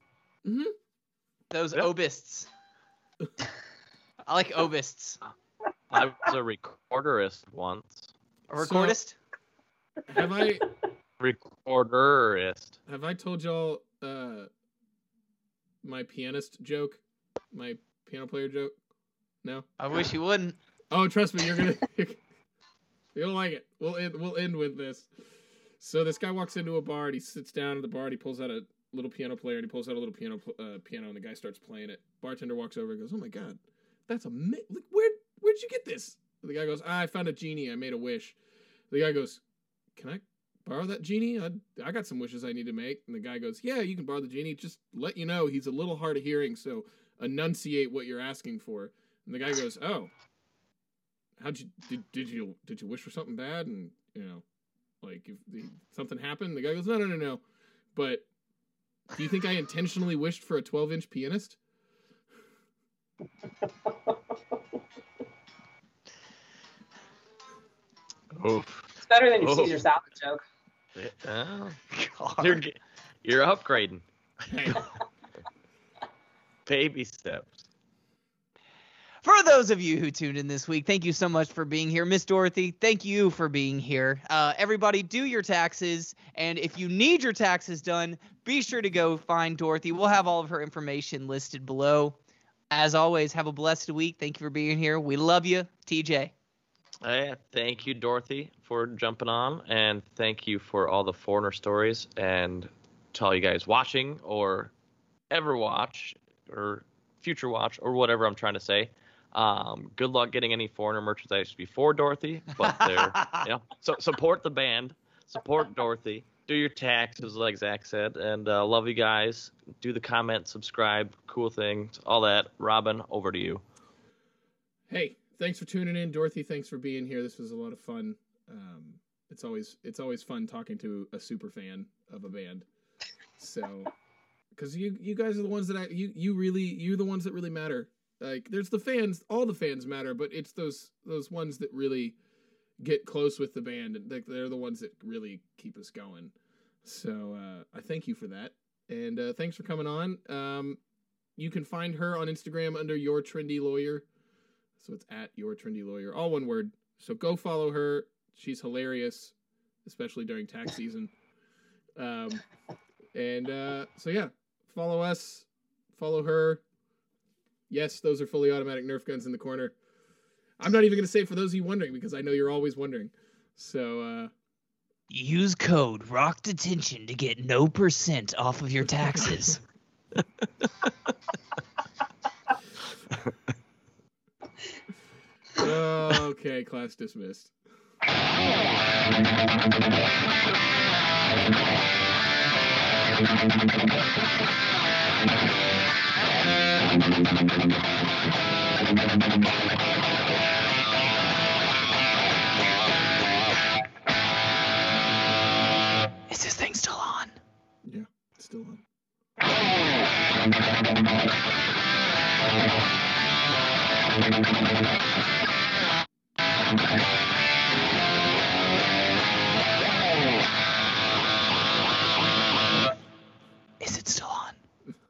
[SPEAKER 1] those
[SPEAKER 2] Yeah.
[SPEAKER 1] obists. I like obists.
[SPEAKER 2] I was a recorderist once.
[SPEAKER 1] A
[SPEAKER 3] So-
[SPEAKER 1] recordist?
[SPEAKER 3] have I
[SPEAKER 2] Recorderist.
[SPEAKER 3] have I told y'all uh, my pianist joke? My piano player joke? No.
[SPEAKER 1] I wish you wouldn't.
[SPEAKER 3] Oh, trust me, you're gonna you'll like it. We'll end, we'll end with this. So this guy walks into a bar and he sits down at the bar and he pulls out a little piano player and he pulls out a little piano pl- uh, piano and the guy starts playing it. Bartender walks over and goes, "Oh my god, that's a look where where'd you get this?" The guy goes, "Ah, "I found a genie. I made a wish." The guy goes, "Can I borrow that genie? I I got some wishes I need to make." And the guy goes, "Yeah, you can borrow the genie. Just let you know he's a little hard of hearing, so enunciate what you're asking for." And the guy goes, "Oh." how'd you did, did you did you wish for something bad and you know like if the, something happened the guy goes no no no no but do you think i intentionally wished for a 12 inch pianist
[SPEAKER 2] Oof.
[SPEAKER 4] It's better than your
[SPEAKER 2] Oh.
[SPEAKER 4] Caesar salad joke.
[SPEAKER 2] Yeah.
[SPEAKER 1] God.
[SPEAKER 2] You're, ge- you're upgrading.
[SPEAKER 3] Hey,
[SPEAKER 2] Baby steps.
[SPEAKER 1] For those of you who tuned in this week, thank you so much for being here. Miss Dorothy, thank you for being here. Uh, everybody, do your taxes. And if you need your taxes done, be sure to go find Dorothy. We'll have all of her information listed below. As always, have a blessed week. Thank you for being here. We love you, TJ.
[SPEAKER 2] Hey, Eh, thank you, Dorothy, for jumping on, and thank you for all the foreigner stories. And to all you guys watching, or ever watch, or future watch, or whatever I'm trying to say. Um, good luck getting any foreigner merchandise before Dorothy, but they're you know, so support the band, support Dorothy, do your taxes like Zach said, and uh, love you guys. Do the comment, subscribe, cool things, all that. Robin, over to you.
[SPEAKER 3] hey thanks for tuning in dorothy thanks for being here this was a lot of fun um, it's always it's always fun talking to a super fan of a band so because you you guys are the ones that i you you really you're the ones that really matter like there's the fans all the fans matter but it's those those ones that really get close with the band and like they're the ones that really keep us going so uh, i thank you for that and uh, thanks for coming on um, you can find her on instagram under your trendy lawyer so it's at your trendy lawyer all one word so go follow her she's hilarious especially during tax season um, and uh, so yeah follow us follow her yes those are fully automatic nerf guns in the corner i'm not even going to say it for those of you wondering because i know you're always wondering so uh,
[SPEAKER 1] Use code ROCK DETENTION to get no percent off of your taxes.
[SPEAKER 3] uh, okay, class dismissed.
[SPEAKER 1] Is this thing still on?
[SPEAKER 3] Yeah, still on.
[SPEAKER 1] Is it still on?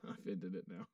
[SPEAKER 3] I've ended it now.